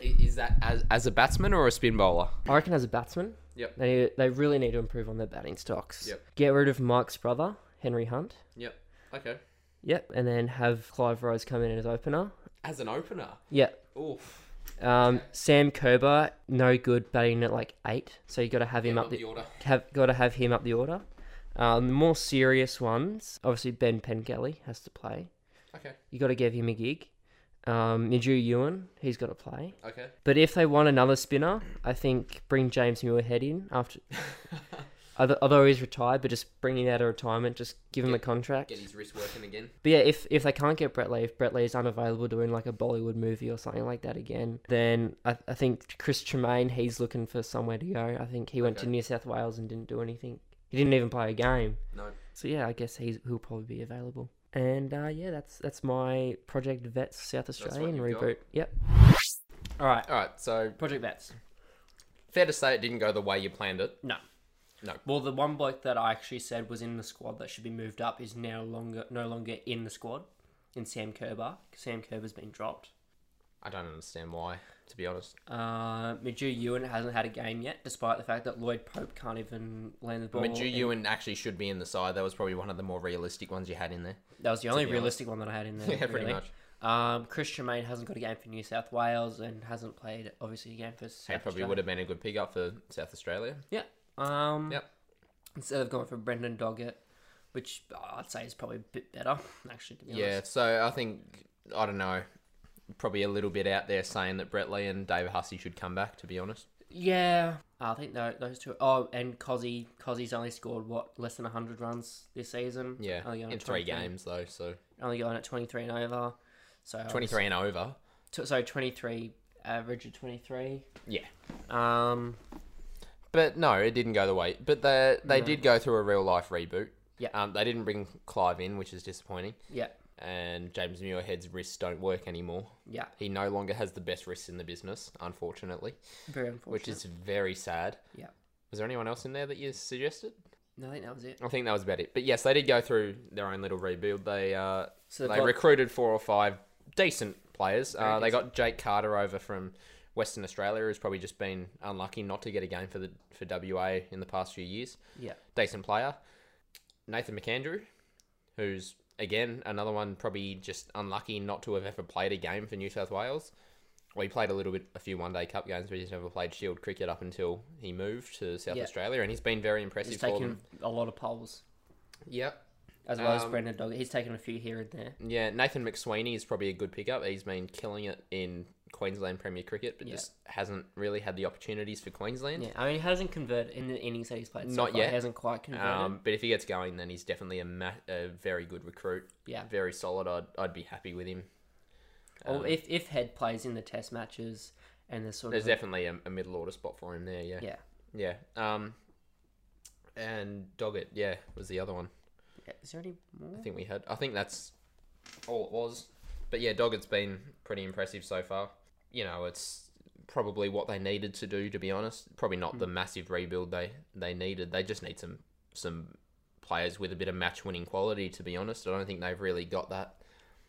S1: I- is that as as a batsman or a spin bowler?
S2: I reckon as a batsman,
S1: Yep.
S2: they they really need to improve on their batting stocks.
S1: Yep.
S2: Get rid of Mike's brother, Henry Hunt.
S1: Yep. Okay.
S2: Yep, and then have Clive Rose come in as opener.
S1: As an opener.
S2: Yep.
S1: Oof.
S2: Um, Sam Kerber, no good batting at like eight, so you got to have him up the
S1: order.
S2: have got to have him up the order. Um, the more serious ones, obviously Ben Pengelly has to play.
S1: Okay.
S2: You got to give him a gig. Um, Niju Ewan, he's got to play.
S1: Okay.
S2: But if they want another spinner, I think bring James Muirhead in after Although- Although he's retired, but just bringing out of retirement, just give him a contract.
S1: Get his wrist working again.
S2: But yeah, if if they can't get Brett Lee, if Brett Lee is unavailable doing like a Bollywood movie or something like that again, then I, I think Chris Tremaine he's looking for somewhere to go. I think he went to
S1: Okay.
S2: New South Wales and didn't do anything. He didn't even play a game.
S1: No.
S2: So yeah, I guess he's he'll probably be available. And uh, yeah, that's that's my Project Vets
S1: what
S2: South Australian
S1: you've got.
S2: reboot. Yep. All right,
S1: All right, so
S2: Project Vets.
S1: fair to say it didn't go the way you planned it.
S2: No.
S1: No.
S2: Well, the one bloke that I actually said was in the squad that should be moved up is now longer no longer in the squad. In Sam Kerber, Sam Kerber's been dropped.
S1: I don't understand why, to be honest.
S2: Uh, Maju Ewan hasn't had a game yet, despite the fact that Lloyd Pope can't even land the ball.
S1: But Ju
S2: in-
S1: Ewan actually should be in the side. That was probably one of the more realistic ones you had in there.
S2: That was the only
S1: be honest.
S2: realistic one that I had in there.
S1: Yeah, pretty
S2: really.
S1: much.
S2: Um, Chris Tremaine hasn't got a game for New South Wales and hasn't played, obviously, a game for South
S1: He probably would have been a good pickup for South Australia.
S2: Yeah. Um,
S1: Yep.
S2: Instead of going for Brendan Doggett, which I'd say is probably a bit better, actually, to be
S1: Yeah,
S2: honest.
S1: so I think I don't know, probably a little bit out there saying that Brett Lee and David Hussey should come back. To be honest,
S2: Yeah. I think tho- those two. Oh, and Cozzy. Cozzy's only scored, what, less than 100 runs this season?
S1: Oh, yeah,
S2: Only going
S1: in
S2: at
S1: three
S2: 23
S1: games though, so
S2: Only going at 23 and over. So obviously-
S1: twenty three and over.
S2: t- so 23 average of 23
S1: Yeah,
S2: um
S1: but no, it didn't go the way. But they they
S2: No.
S1: did go through a real life reboot.
S2: Yeah.
S1: um, they didn't bring Clive in, which is disappointing.
S2: yeah
S1: And James Muirhead's wrists don't work anymore.
S2: yeah
S1: He no longer has the best wrists in the business, unfortunately,
S2: very unfortunate
S1: which is very sad.
S2: Yeah.
S1: Was there anyone else in there that you suggested?
S2: no, i think that was it
S1: I think that was about it. But yes, they did go through their own little rebuild. They uh,
S2: so they've
S1: they
S2: got-
S1: recruited four or five decent players. Uh,
S2: Very
S1: they got Jake Carter over from Western Australia, who's probably just been unlucky not to get a game for the for WA in the past few years.
S2: yeah
S1: Decent player. Nathan McAndrew, who's again another one probably just unlucky not to have ever played a game for New South Wales. Well, he played a little bit, a few One Day Cup games, but he's never played Shield cricket up until he moved to South
S2: Yeah.
S1: Australia, and he's been very impressive
S2: he's
S1: for
S2: taken
S1: them.
S2: a lot of polls
S1: Yep.
S2: as well as
S1: Um,
S2: brendan dog he's taken a few here and there
S1: Yeah, Nathan McSweeney is probably a good pickup. He's been killing it in Queensland Premier Cricket, but
S2: Yeah.
S1: just hasn't really had the opportunities for Queensland.
S2: yeah i mean he hasn't converted in the innings that he's played so
S1: Not
S2: far,
S1: yet.
S2: he hasn't quite converted
S1: Um, but if he gets going, then he's definitely a, ma- a very good recruit.
S2: yeah
S1: Very solid. I'd, I'd be happy with him.
S2: or
S1: um,
S2: if if head plays in the test matches and there's sort
S1: There's
S2: of a-
S1: definitely a, a middle order spot for him there. Yeah.
S2: yeah
S1: Yeah. Um, and Doggett, yeah, was the other one.
S2: Yeah, is there any more
S1: I think we had. I think that's all it was. But yeah, Doggett's been pretty impressive so far. You know, it's probably what they needed to do. To be honest, probably not
S2: Hmm.
S1: the massive rebuild they they needed. They just need some some players with a bit of match winning quality. To be honest, I don't think they've really got that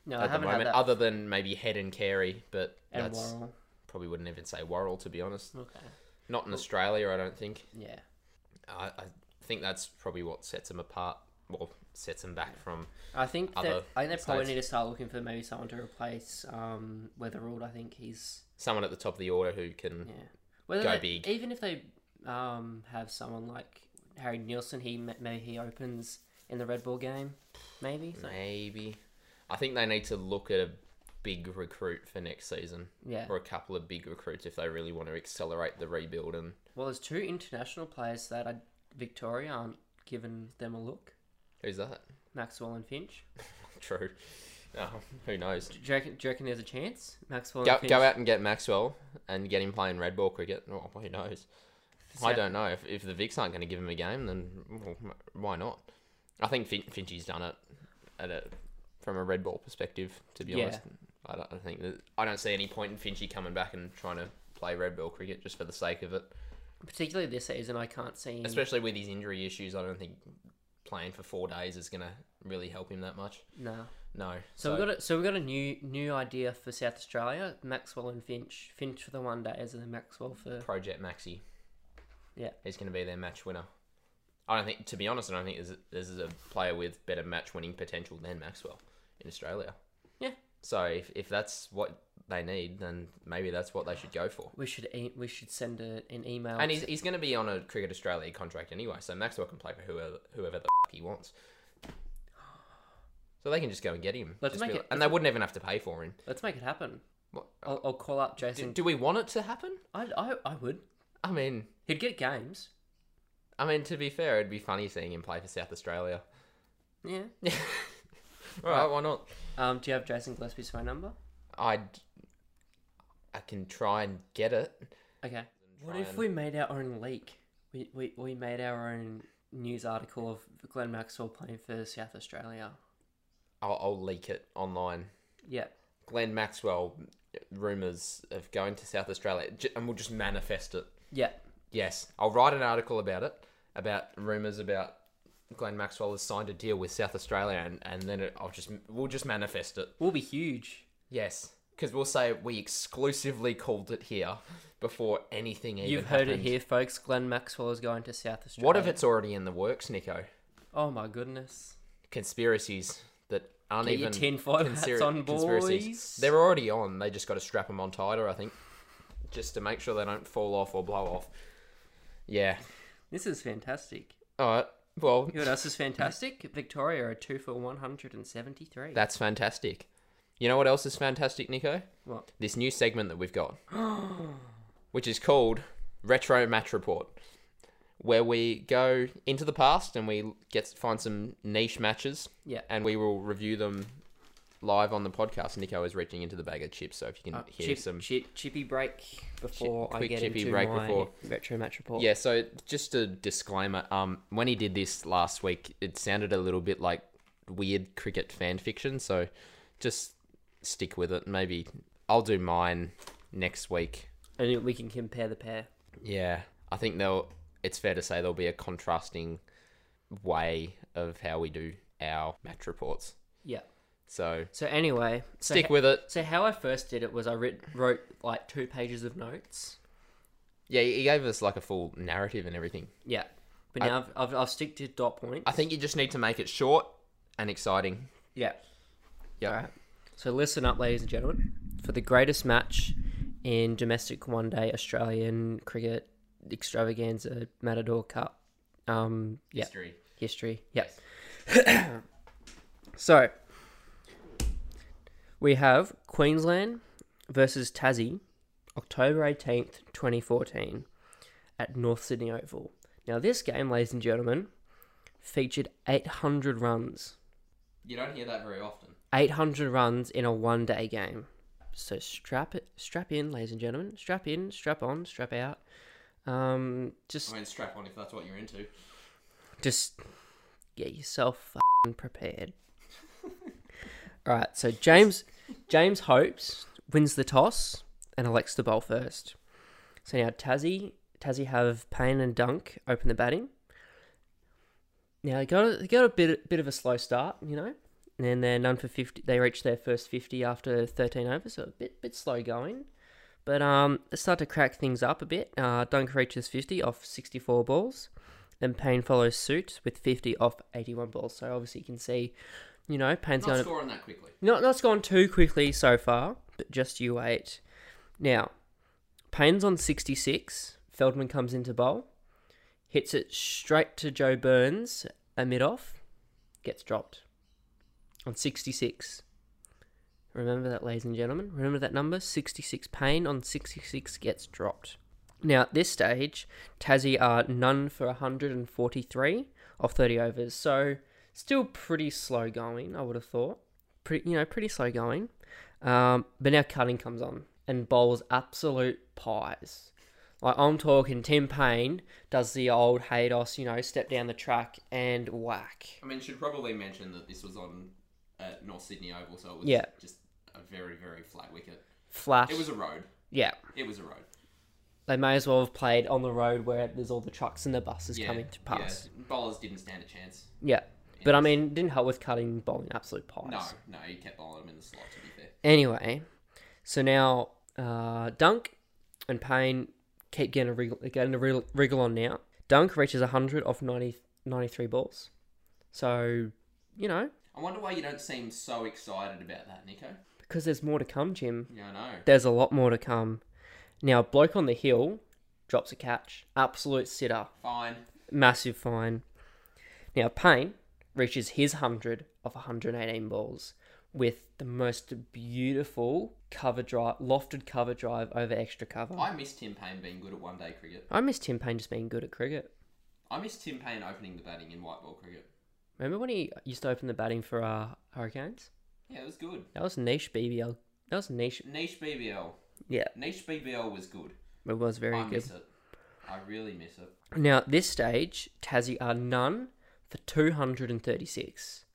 S2: no i
S1: at the
S2: haven't had
S1: moment.
S2: that
S1: Other than maybe Head and Carey, but
S2: and
S1: that's
S2: Worrell. Hmm.
S1: probably wouldn't even say Worrell. To be honest,
S2: okay
S1: not in Australia, I don't think.
S2: yeah
S1: I, I think that's probably what sets them apart. Well, sets them back from
S2: I think that
S1: other
S2: I think they probably
S1: states.
S2: need to start looking for maybe someone to replace um, Weatherald. I think he's
S1: someone at the top of the order who can
S2: yeah. Whether
S1: Go
S2: they-
S1: big.
S2: Even if they um, have someone like Harry Nielsen, he ma- maybe he opens in the Red Bull game, maybe.
S1: Mm.
S2: So,
S1: Maybe. I think they need to look at a big recruit for next season,
S2: yeah.
S1: or a couple of big recruits if they really want to accelerate the rebuild. And
S2: Well, there's two international players that I, Victoria aren't giving them a look.
S1: who's that?
S2: Maxwell and Finch.
S1: True. Um, who knows?
S2: Do you, reckon, do you reckon there's a chance? Maxwell
S1: Go,
S2: and Finch.
S1: go out and get Maxwell and get him playing red ball cricket. Oh, Well, who knows? I
S2: So-
S1: don't know. If, if the Vics aren't going to give him a game, then well, m- why not? I think fin- Finchie's done it at a, from a red ball perspective. To be
S2: Yeah.
S1: honest, I don't I think that, I don't see any point in Finchie coming back and trying to play red ball cricket just for the sake of it.
S2: Particularly this season, I can't see. him-
S1: Especially with his injury issues, I don't think playing for four days is going to really help him that much.
S2: no.
S1: No.
S2: So, we got a, so we got a new new idea for South Australia. Maxwell and Finch, Finch for the one days, and then Maxwell for
S1: Project Maxi.
S2: Yeah.
S1: He's going to be their match winner. I don't think, to be honest, I don't think there's, there's a player with better match winning potential than Maxwell in Australia.
S2: Yeah.
S1: So if, if that's what they need, then maybe that's what they should go for.
S2: we should e- we should send a, an email.
S1: And
S2: to-
S1: he's, he's going to be on a Cricket Australia contract anyway, so Maxwell can play for whoever, whoever the f- he wants. So they can just go and get him.
S2: Let's
S1: Just
S2: make
S1: be
S2: it-
S1: like- and they wouldn't even have to pay for him.
S2: let's make it happen.
S1: What-
S2: I'll, I'll call up
S1: Do,
S2: Jason.
S1: do we want it to happen?
S2: I, I I would.
S1: I mean,
S2: He'd get games.
S1: I mean, to be fair, it'd be funny seeing him play for South Australia.
S2: Yeah.
S1: All right, why not?
S2: Um, do you have Jason Gillespie's phone number?
S1: I'd. I can try and get it.
S2: Okay. What
S1: try
S2: if
S1: and-
S2: we made our own leak? We, we, we made our own news article of Glenn Maxwell playing for South Australia.
S1: I'll, I'll leak it online.
S2: Yep.
S1: Glenn Maxwell rumors of going to South Australia, j- and we'll just manifest it.
S2: Yep.
S1: Yes, I'll write an article about it, about rumors about Glenn Maxwell has signed a deal with South Australia, and and then it, I'll just we'll just manifest it.
S2: We'll be huge.
S1: Yes, because we'll say we exclusively called it here before anything even.
S2: You've heard
S1: happened.
S2: it here, folks. Glenn Maxwell is going to South Australia.
S1: What if it's already in the works, Nico?
S2: Oh my goodness.
S1: Conspiracies that aren't
S2: Get your
S1: even
S2: tin foil hats
S1: conspira-
S2: on,
S1: conspiracies.
S2: boys.
S1: They're already on. They just got to strap them on tighter, I think, just to make sure they don't fall off or blow off. Yeah.
S2: This is fantastic.
S1: All right. Well,
S2: You know what else is fantastic? Victoria are two for 173.
S1: that's fantastic. You know what else is fantastic, Nico?
S2: What?
S1: This new segment that we've got, which is called Retro Match Report, where we go into the past and we get find some niche matches
S2: Yeah.
S1: and we will review them live on the podcast. Nico is reaching into the bag of chips, so if you can
S2: Uh,
S1: hear
S2: chip-
S1: some
S2: chip- chippy break before I
S1: quick
S2: get
S1: chippy
S2: into
S1: break
S2: my
S1: before-
S2: retro match report.
S1: Yeah, so just a disclaimer. Um, when he did this last week, it sounded a little bit like weird cricket fan fiction. So just stick with it. Maybe I'll do mine next week.
S2: and we can compare the pair.
S1: Yeah, I think there'll. It's fair to say there'll be a contrasting way of how we do our match reports.
S2: Yeah.
S1: So
S2: So anyway, so
S1: stick
S2: ho-
S1: with it.
S2: so how I first did it was I writ- wrote like two pages of notes.
S1: Yeah, he gave us like a full narrative and everything.
S2: Yeah. But now I've, I've, I'll stick to dot points.
S1: I think you just need to make it short and exciting.
S2: yeah.
S1: Yeah.
S2: Alright. So listen up, ladies and gentlemen, for the greatest match in domestic one day Australian cricket extravaganza Matador Cup. Um, yeah, history.
S1: History.
S2: Yeah. so we have Queensland versus Tassie, October eighteenth, twenty fourteen, at North Sydney Oval. Now this game, ladies and gentlemen, featured eight hundred runs.
S1: You don't hear that very often.
S2: 800 runs in a one day game. So strap it, strap in, ladies and gentlemen. Strap in, strap on, strap out. Um, just,
S1: mean, strap on if that's what you're into.
S2: just get yourself fing prepared. All right. So James, James hopes wins the toss and elects the bowl first. So now Tassie, Tassie have Payne and Dunk open the batting. Now they got they got a bit bit of a slow start, you know, and they're none for fifty. They reach their first fifty after thirteen overs, so a bit bit slow going. But um, they start to crack things up a bit. Uh, Dunk reaches fifty off sixty four balls, then Payne follows suit with fifty off eighty one balls. So obviously you can see, you know, Payne's going to
S1: scoring that quickly.
S2: not not gone too quickly so far, but just you wait. Now, Payne's on 66. Feldman comes into bowl, hits it straight to Joe Burns, a mid off, gets dropped on 66. Remember that, ladies and gentlemen. Remember that number 66. Payne on 66 gets dropped. Now, at this stage, Tassie are none for 143 off 30 overs, so still pretty slow going, I would have thought pretty you know pretty slow going. Um, but now cutting comes on and bowls absolute pies. Like I'm talking, Tim Payne does the old Haydos, you know, step down the track and whack.
S1: I mean, should probably mention that this was on at North Sydney Oval, so it was
S2: Yeah.
S1: just a very, very flat wicket.
S2: Flat.
S1: It was a road.
S2: yeah.
S1: It was a road.
S2: They may as well have played on the road where there's all the trucks and the buses
S1: Yeah,
S2: coming to pass.
S1: yeah. Bowlers didn't stand a chance.
S2: Yeah. But I mean, it didn't help with cutting bowling absolute pies.
S1: No, no, you kept bowling them in the slot, to be fair.
S2: Anyway, so now uh, Dunk and Payne keep getting a wriggle, getting a wriggle, wriggle on now. Dunk reaches 100 off 90, 93 balls. So, you know,
S1: I wonder why you don't seem so excited about that, Nico.
S2: because there's more to come, Jim.
S1: Yeah, I know.
S2: There's a lot more to come. Now, Bloke on the Hill drops a catch. Absolute sitter.
S1: Fine.
S2: Massive fine. Now, Payne reaches his 100 off 118 balls with the most beautiful cover drive, lofted cover drive over extra cover.
S1: I miss Tim Payne being good at one day cricket.
S2: I miss Tim Payne just being good at cricket.
S1: I miss Tim Payne opening the batting in white ball cricket.
S2: Remember when he used to open the batting for uh, Hurricanes?
S1: Yeah, it was good.
S2: That was niche BBL. That was niche.
S1: Niche BBL.
S2: Yeah,
S1: Niche BBL was good.
S2: it was very
S1: I
S2: good.
S1: miss it. I really miss it.
S2: Now at this stage, Tassie are none for two hundred and thirty-six.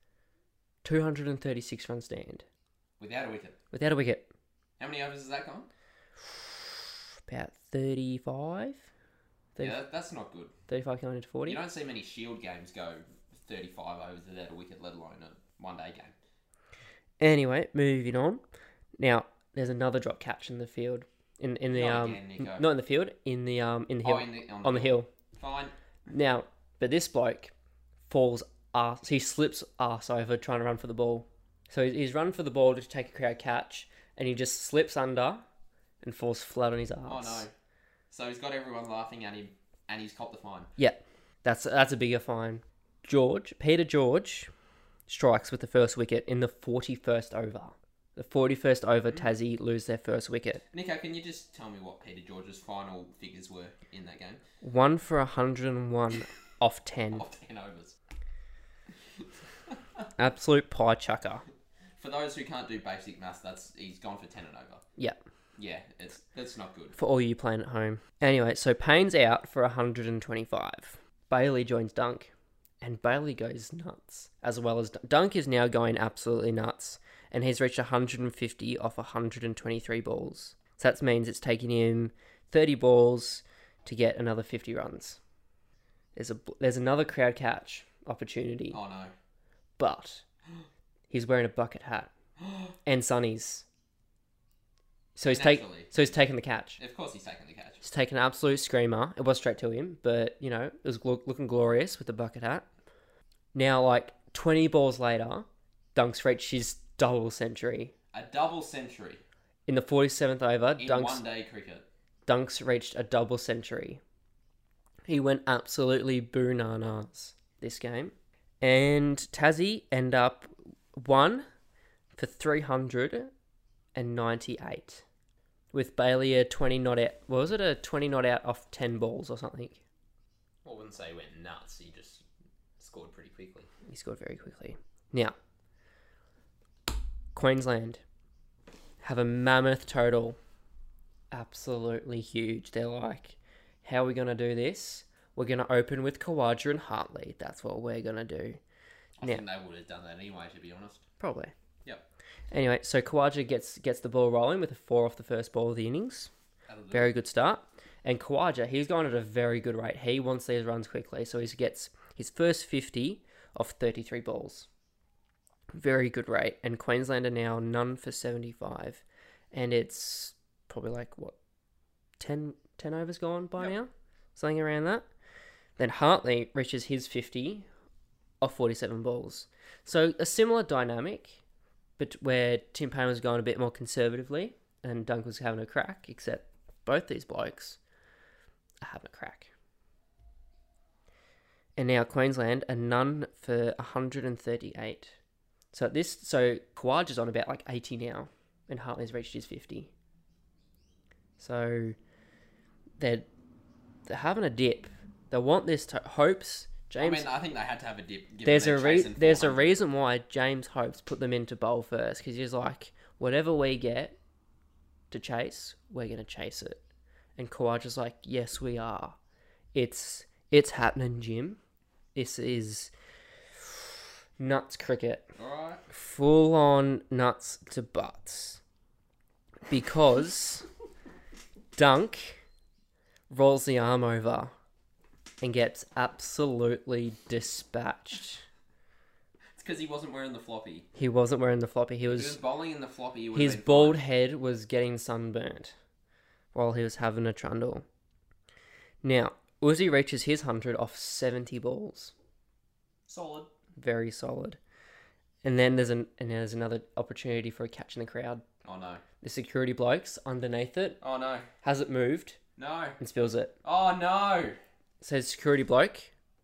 S2: Two hundred and thirty-six run stand
S1: Without a wicket.
S2: without a wicket.
S1: How many overs has that gone?
S2: About 35? 30,
S1: Yeah, that- that's not good.
S2: 35 going into 40?
S1: You don't see many shield games go 35 overs without a wicket, let alone a one day game.
S2: Anyway, moving on. Now, there's another drop catch in the field. In, in the
S1: Not
S2: um
S1: again, Nico.
S2: not in the field, in the um in the hill.
S1: Oh, in the, on,
S2: on the hill.
S1: Fine.
S2: Now, but this bloke falls ass. He slips ass over trying to run for the ball. So he's- he's run for the ball to take a crowd catch, and he just slips under and falls flat on his ass.
S1: Oh no. So he's got everyone laughing at him, and he's copped the fine.
S2: Yeah, that's that's a bigger fine. George Peter George strikes with the first wicket in the forty first over. The forty first over, Tassie lose their first wicket.
S1: Nico, can you just tell me what Peter George's final figures were in that game?
S2: One for hundred and one off ten.
S1: Off 10 overs.
S2: Absolute pie chucker.
S1: For those who can't do basic maths, that's he's gone for 10 and over.
S2: Yeah,
S1: Yeah, it's that's not good.
S2: for all you playing at home. Anyway, so Payne's out for hundred and twenty five. Bailey joins Dunk, and Bailey goes nuts as well as Dunk- Dunk is now going absolutely nuts, and he's reached 150 off 123 balls. So that means it's taking him 30 balls to get another 50 runs. There's a there's another crowd catch opportunity,
S1: Oh no.
S2: but he's wearing a bucket hat and sunnies. So he's taking
S1: Naturally.
S2: so he's taking the catch.
S1: Of course he's taking the catch.
S2: He's taken an absolute screamer. It was straight to him, but you know, it was glo- looking glorious with the bucket hat. Now, like 20 balls later, Dunks reached his double century.
S1: A double century
S2: In the 47th over,
S1: in
S2: Dunks,
S1: one day cricket.
S2: Dunks reached a double century. He went absolutely bananas this game. And Tassie end up one for 398 with Bailey a 20 not out. What was it? A 20 not out off 10 balls or something.
S1: I wouldn't say he went nuts, he just scored pretty quickly.
S2: He scored very quickly. Now, Queensland have a mammoth total. Absolutely huge. They're like, how are we going to do this? We're going to open with Kawaja and Hartley. That's what we're going to do.
S1: I
S2: Yeah.
S1: think they would have done that anyway, to be honest.
S2: Probably.
S1: Yep.
S2: Anyway, so Kawaja gets gets the ball rolling with a four off the first ball of the innings.
S1: That'll do.
S2: Very good start. And Kawaja, he's going at a very good rate. He wants these runs quickly, so he gets his first 50 off 33 balls. Very good rate. And Queensland are now none for 75. And it's probably like, what, 10, 10 overs gone by
S1: Yep.
S2: now? Something around that. Then Hartley reaches his 50 off 47 balls. So a similar dynamic, but where Tim Payne was going a bit more conservatively and Dunk was having a crack, except both these blokes are having a crack. And now Queensland are none for 138. So at this, so Kawaj is on about like 80 now, and Hartley's reached his 50. So they're they're having a dip. They want this to hopes.
S1: I
S2: James
S1: mean, I think they had to have a dip. given
S2: there's a
S1: they're
S2: re-
S1: chasing
S2: there's a
S1: 400.
S2: reason why James Hopes put them into bowl first because he's like, whatever we get to chase, we're gonna chase it. And Kawaja's like, yes, we are. It's it's happening, Jim. This is nuts cricket,
S1: All right.
S2: full on nuts to butts, because Dunk rolls the arm over and gets absolutely dispatched.
S1: It's because he wasn't wearing the floppy.
S2: He wasn't wearing the floppy.
S1: If
S2: He
S1: He was
S2: was
S1: bowling in the floppy. he would've
S2: his
S1: been fine.
S2: bald head was getting sunburnt while he was having a trundle. Now, Uzi reaches his hundred off seventy balls.
S1: Solid.
S2: Very solid. And then there's an and there's another opportunity for a catch in the crowd.
S1: Oh no.
S2: The security blokes underneath it
S1: Oh no.
S2: has it moved
S1: No.
S2: and spills it.
S1: Oh no.
S2: Says security bloke,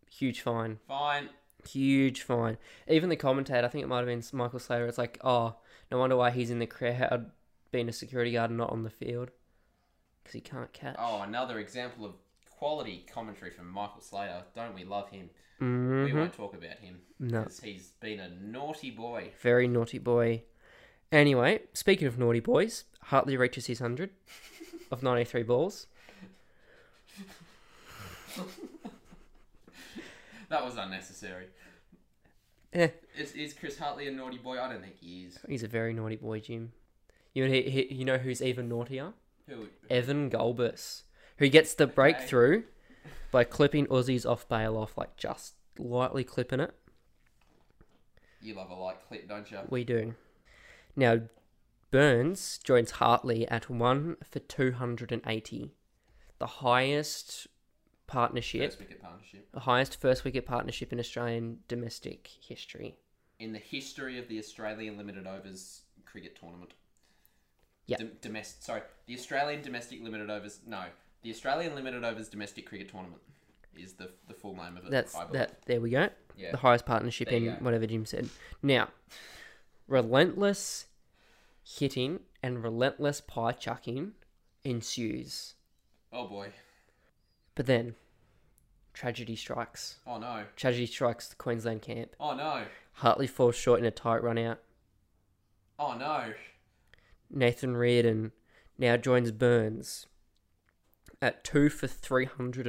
S2: huge fine.
S1: Fine.
S2: huge fine. Even the commentator, I think it might have been Michael Slater, it's like, oh, no wonder why he's in the crowd being a security guard and not on the field. Because he can't catch.
S1: Oh, another example of quality commentary from Michael Slater. Don't we love him? We
S2: Mm-hmm.
S1: won't talk about him
S2: No.
S1: because he's been a naughty boy.
S2: Very naughty boy. Anyway, speaking of naughty boys, Hartley reaches his 100 of 93 balls.
S1: That was unnecessary.
S2: Eh.
S1: Is, is Chris Hartley a naughty boy? I don't think he is.
S2: He's a very naughty boy, Jim. You know, he, he, you know who's even naughtier?
S1: Who?
S2: Evan Golbus, who gets the breakthrough by clipping Aussies off bail off, like just lightly clipping it.
S1: You love a light clip, don't you?
S2: We do. Now, Burns joins Hartley at one for 280, the highest partnership,
S1: First wicket partnership.
S2: the highest first wicket partnership in Australian domestic history.
S1: In the history of the Australian limited overs cricket tournament.
S2: Yeah.
S1: Dom- domestic. Sorry, the Australian domestic limited overs. No, the Australian limited overs domestic cricket tournament is the the full name of it.
S2: That's
S1: I believe.
S2: that. There we go.
S1: Yeah.
S2: The highest partnership
S1: There
S2: in
S1: you go.
S2: whatever Jim said. Now, relentless hitting and relentless pie chucking ensues,
S1: Oh boy.
S2: but then tragedy strikes.
S1: Oh no.
S2: Tragedy strikes the Queensland camp.
S1: Oh no.
S2: Hartley falls short in a tight run out.
S1: Oh no.
S2: Nathan Reardon now joins Burns at two for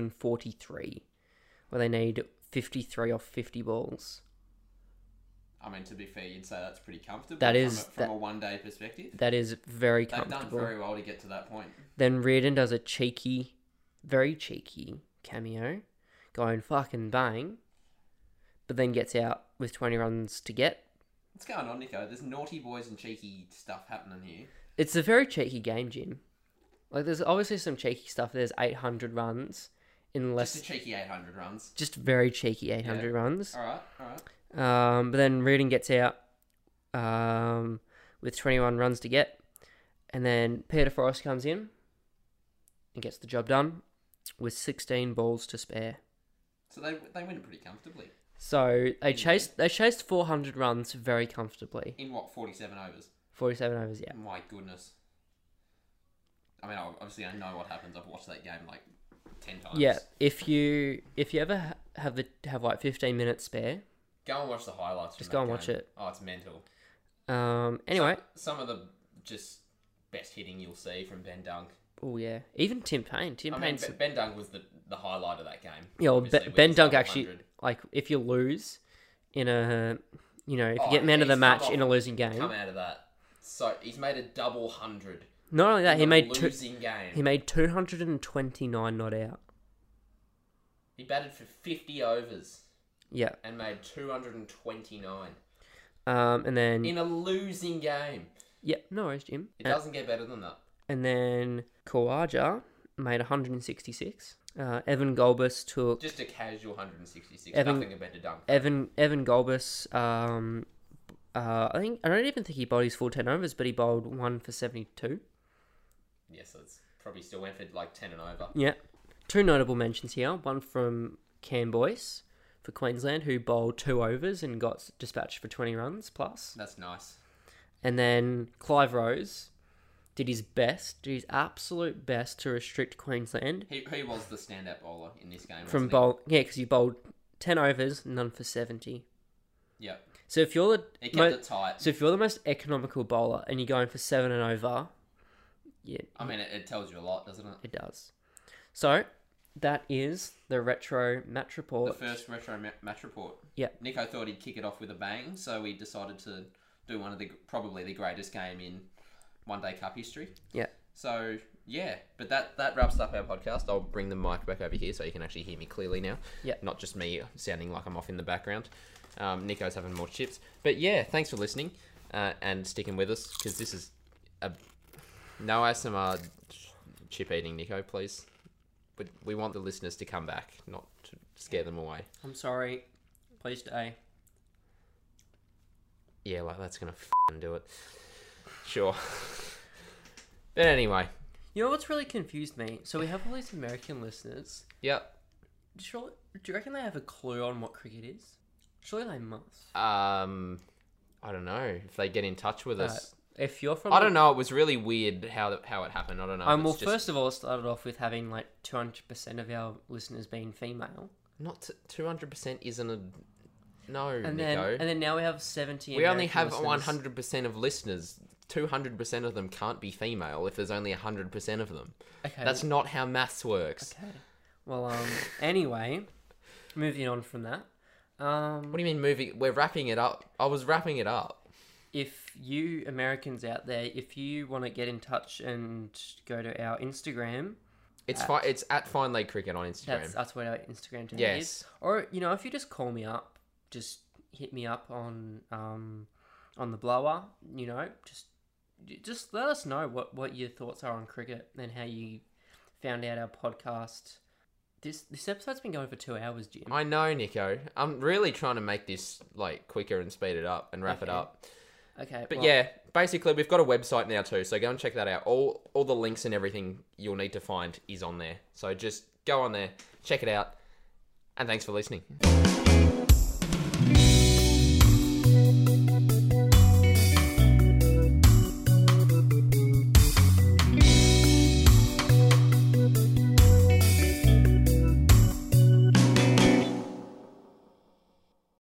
S2: 343, where they need 53 off 50 balls.
S1: I mean, to be fair, you'd say that's pretty comfortable.
S2: That
S1: from
S2: is-
S1: a, from
S2: that-
S1: a one day perspective.
S2: That is very
S1: They've done
S2: comfortable.
S1: very well to get to that point.
S2: Then Reardon does a cheeky, very cheeky cameo, going fucking bang, but then gets out with 20 runs to get.
S1: What's going on, Nico? There's naughty boys and cheeky stuff happening here.
S2: It's a very cheeky game, Jim. Like, there's obviously some cheeky stuff. There's 800 runs in less.
S1: Just a
S2: Just,
S1: cheeky 800 runs.
S2: very cheeky 800 runs.
S1: All right, all right.
S2: Um, but then Reardon gets out um, with 21 runs to get. And then Peter Forrest comes in and gets the job done with 16 balls to spare.
S1: So they they win pretty comfortably
S2: So they chased they chased 400 runs very comfortably.
S1: in what 47 overs.
S2: 47 overs, yeah.
S1: My goodness. I mean, ob- obviously I know what happens. I've watched that game like 10 times.
S2: Yeah, if you if you ever ha- have the have like 15 minutes spare.
S1: Go and watch the highlights. from
S2: Just go
S1: that
S2: and watch
S1: game.
S2: it.
S1: Oh, it's mental.
S2: Um anyway,
S1: Some of the just best hitting you'll see from Ben Dunk.
S2: oh yeah. Even Tim Payne, Tim
S1: I mean,
S2: Payne's
S1: Ben, ben Dunk was the, the highlight of that game.
S2: Yeah, well,
S1: Obviously,
S2: ben,
S1: with
S2: ben
S1: his
S2: Dunk
S1: double
S2: actually
S1: 100.
S2: like if you lose in a you know, if you
S1: Oh,
S2: get man of the
S1: he's come
S2: match in a
S1: off-
S2: losing game.
S1: come out of that. So he's made a double hundred.
S2: Not only that, he
S1: in a
S2: made two,
S1: losing game.
S2: he made 229 not out.
S1: He batted for 50 overs
S2: Yeah.
S1: and made 229
S2: Um and then
S1: in a losing game.
S2: yeah, no worries, Jim.
S1: It doesn't get better than that.
S2: And then Kawaja made 166. Uh, Evan Golbus took
S1: Just a casual 166.
S2: Evan-
S1: Nothing about to dunk.
S2: Evan Evan Golbus. Um, uh, I think I don't even think he bowled his full ten overs, but he bowled one for 72.
S1: Yeah, so it's probably still went for like 10 and over.
S2: Yeah, two notable mentions here. One from Cam Boyce for Queensland, who bowled two overs and got s- dispatched for 20 runs plus.
S1: That's nice.
S2: And then Clive Rose did his best, did his absolute best to restrict Queensland
S1: He, he was the standout bowler in this game.
S2: from
S1: Wasn't
S2: bowl. Yeah, because you bowled 10 overs, none for 70.
S1: he? Yep.
S2: So if you're the
S1: He kept
S2: mo-
S1: it tight.
S2: so if you're the most economical bowler and you're going for seven and over, yeah,
S1: I mean, it, it tells you a lot, doesn't it?
S2: it does. So that is the retro match
S1: The
S2: report.
S1: first retro ma- match report.
S2: Yep.
S1: Nico thought he'd kick it off with a bang, so we decided to do one of the probably the greatest game in one day cup history.
S2: Yeah,
S1: So yeah, but that that wraps up our podcast. I'll bring the mic back over here so you can actually hear me clearly now.
S2: Yeah.
S1: Not just me sounding like I'm off in the background. Um, Nico's having more chips, but yeah, thanks for listening uh, and sticking with us because this is a no ASMR ch- chip eating, Nico. Please, but we want the listeners to come back, not to scare them away.
S2: I'm sorry. Please stay.
S1: Yeah, like that's gonna f do it. Sure. but anyway,
S2: You know what's really confused me? So we have all these American listeners.
S1: yep.
S2: Surely, do you reckon they have a clue on what cricket is? Surely they must. Uh,
S1: Um, I don't know if they get in touch with us.
S2: If you're from,
S1: I don't know. It was really weird how th- how it happened. I don't know.
S2: Um,
S1: It's
S2: well,
S1: just
S2: first of all, it started off with having like 200% of our listeners being female,
S1: not two hundred percent isn't a no, Nico.
S2: and then and then now we have 70.
S1: we only
S2: American
S1: have
S2: listeners.
S1: one hundred percent of listeners. Two hundred percent of them can't be female if there's only hundred percent of them.
S2: Okay,
S1: That's not how maths works.
S2: okay. Well, um, anyway, moving on from that, um,
S1: What do you mean moving? We're wrapping it up. I was wrapping it up.
S2: if you Americans out there, if you want to get in touch and go to our Instagram,
S1: It's fi- It's at Fine Leg Cricket on Instagram.
S2: that's that's what our Instagram tag is.
S1: Yes.
S2: Or you know, if you just call me up, just hit me up on um on the blower. You know, just just let us know what what your thoughts are on cricket and how you found out our podcast. This this episode's been going for two hours, Jim.
S1: I know, Nico. I'm really trying to make this like quicker and speed it up and wrap it
S2: Okay.
S1: up.
S2: Okay,
S1: But
S2: well,
S1: yeah, basically we've got a website now too, so go and check that out. All all the links and everything you'll need to find is on there. So just go on there, check it out, and thanks for listening.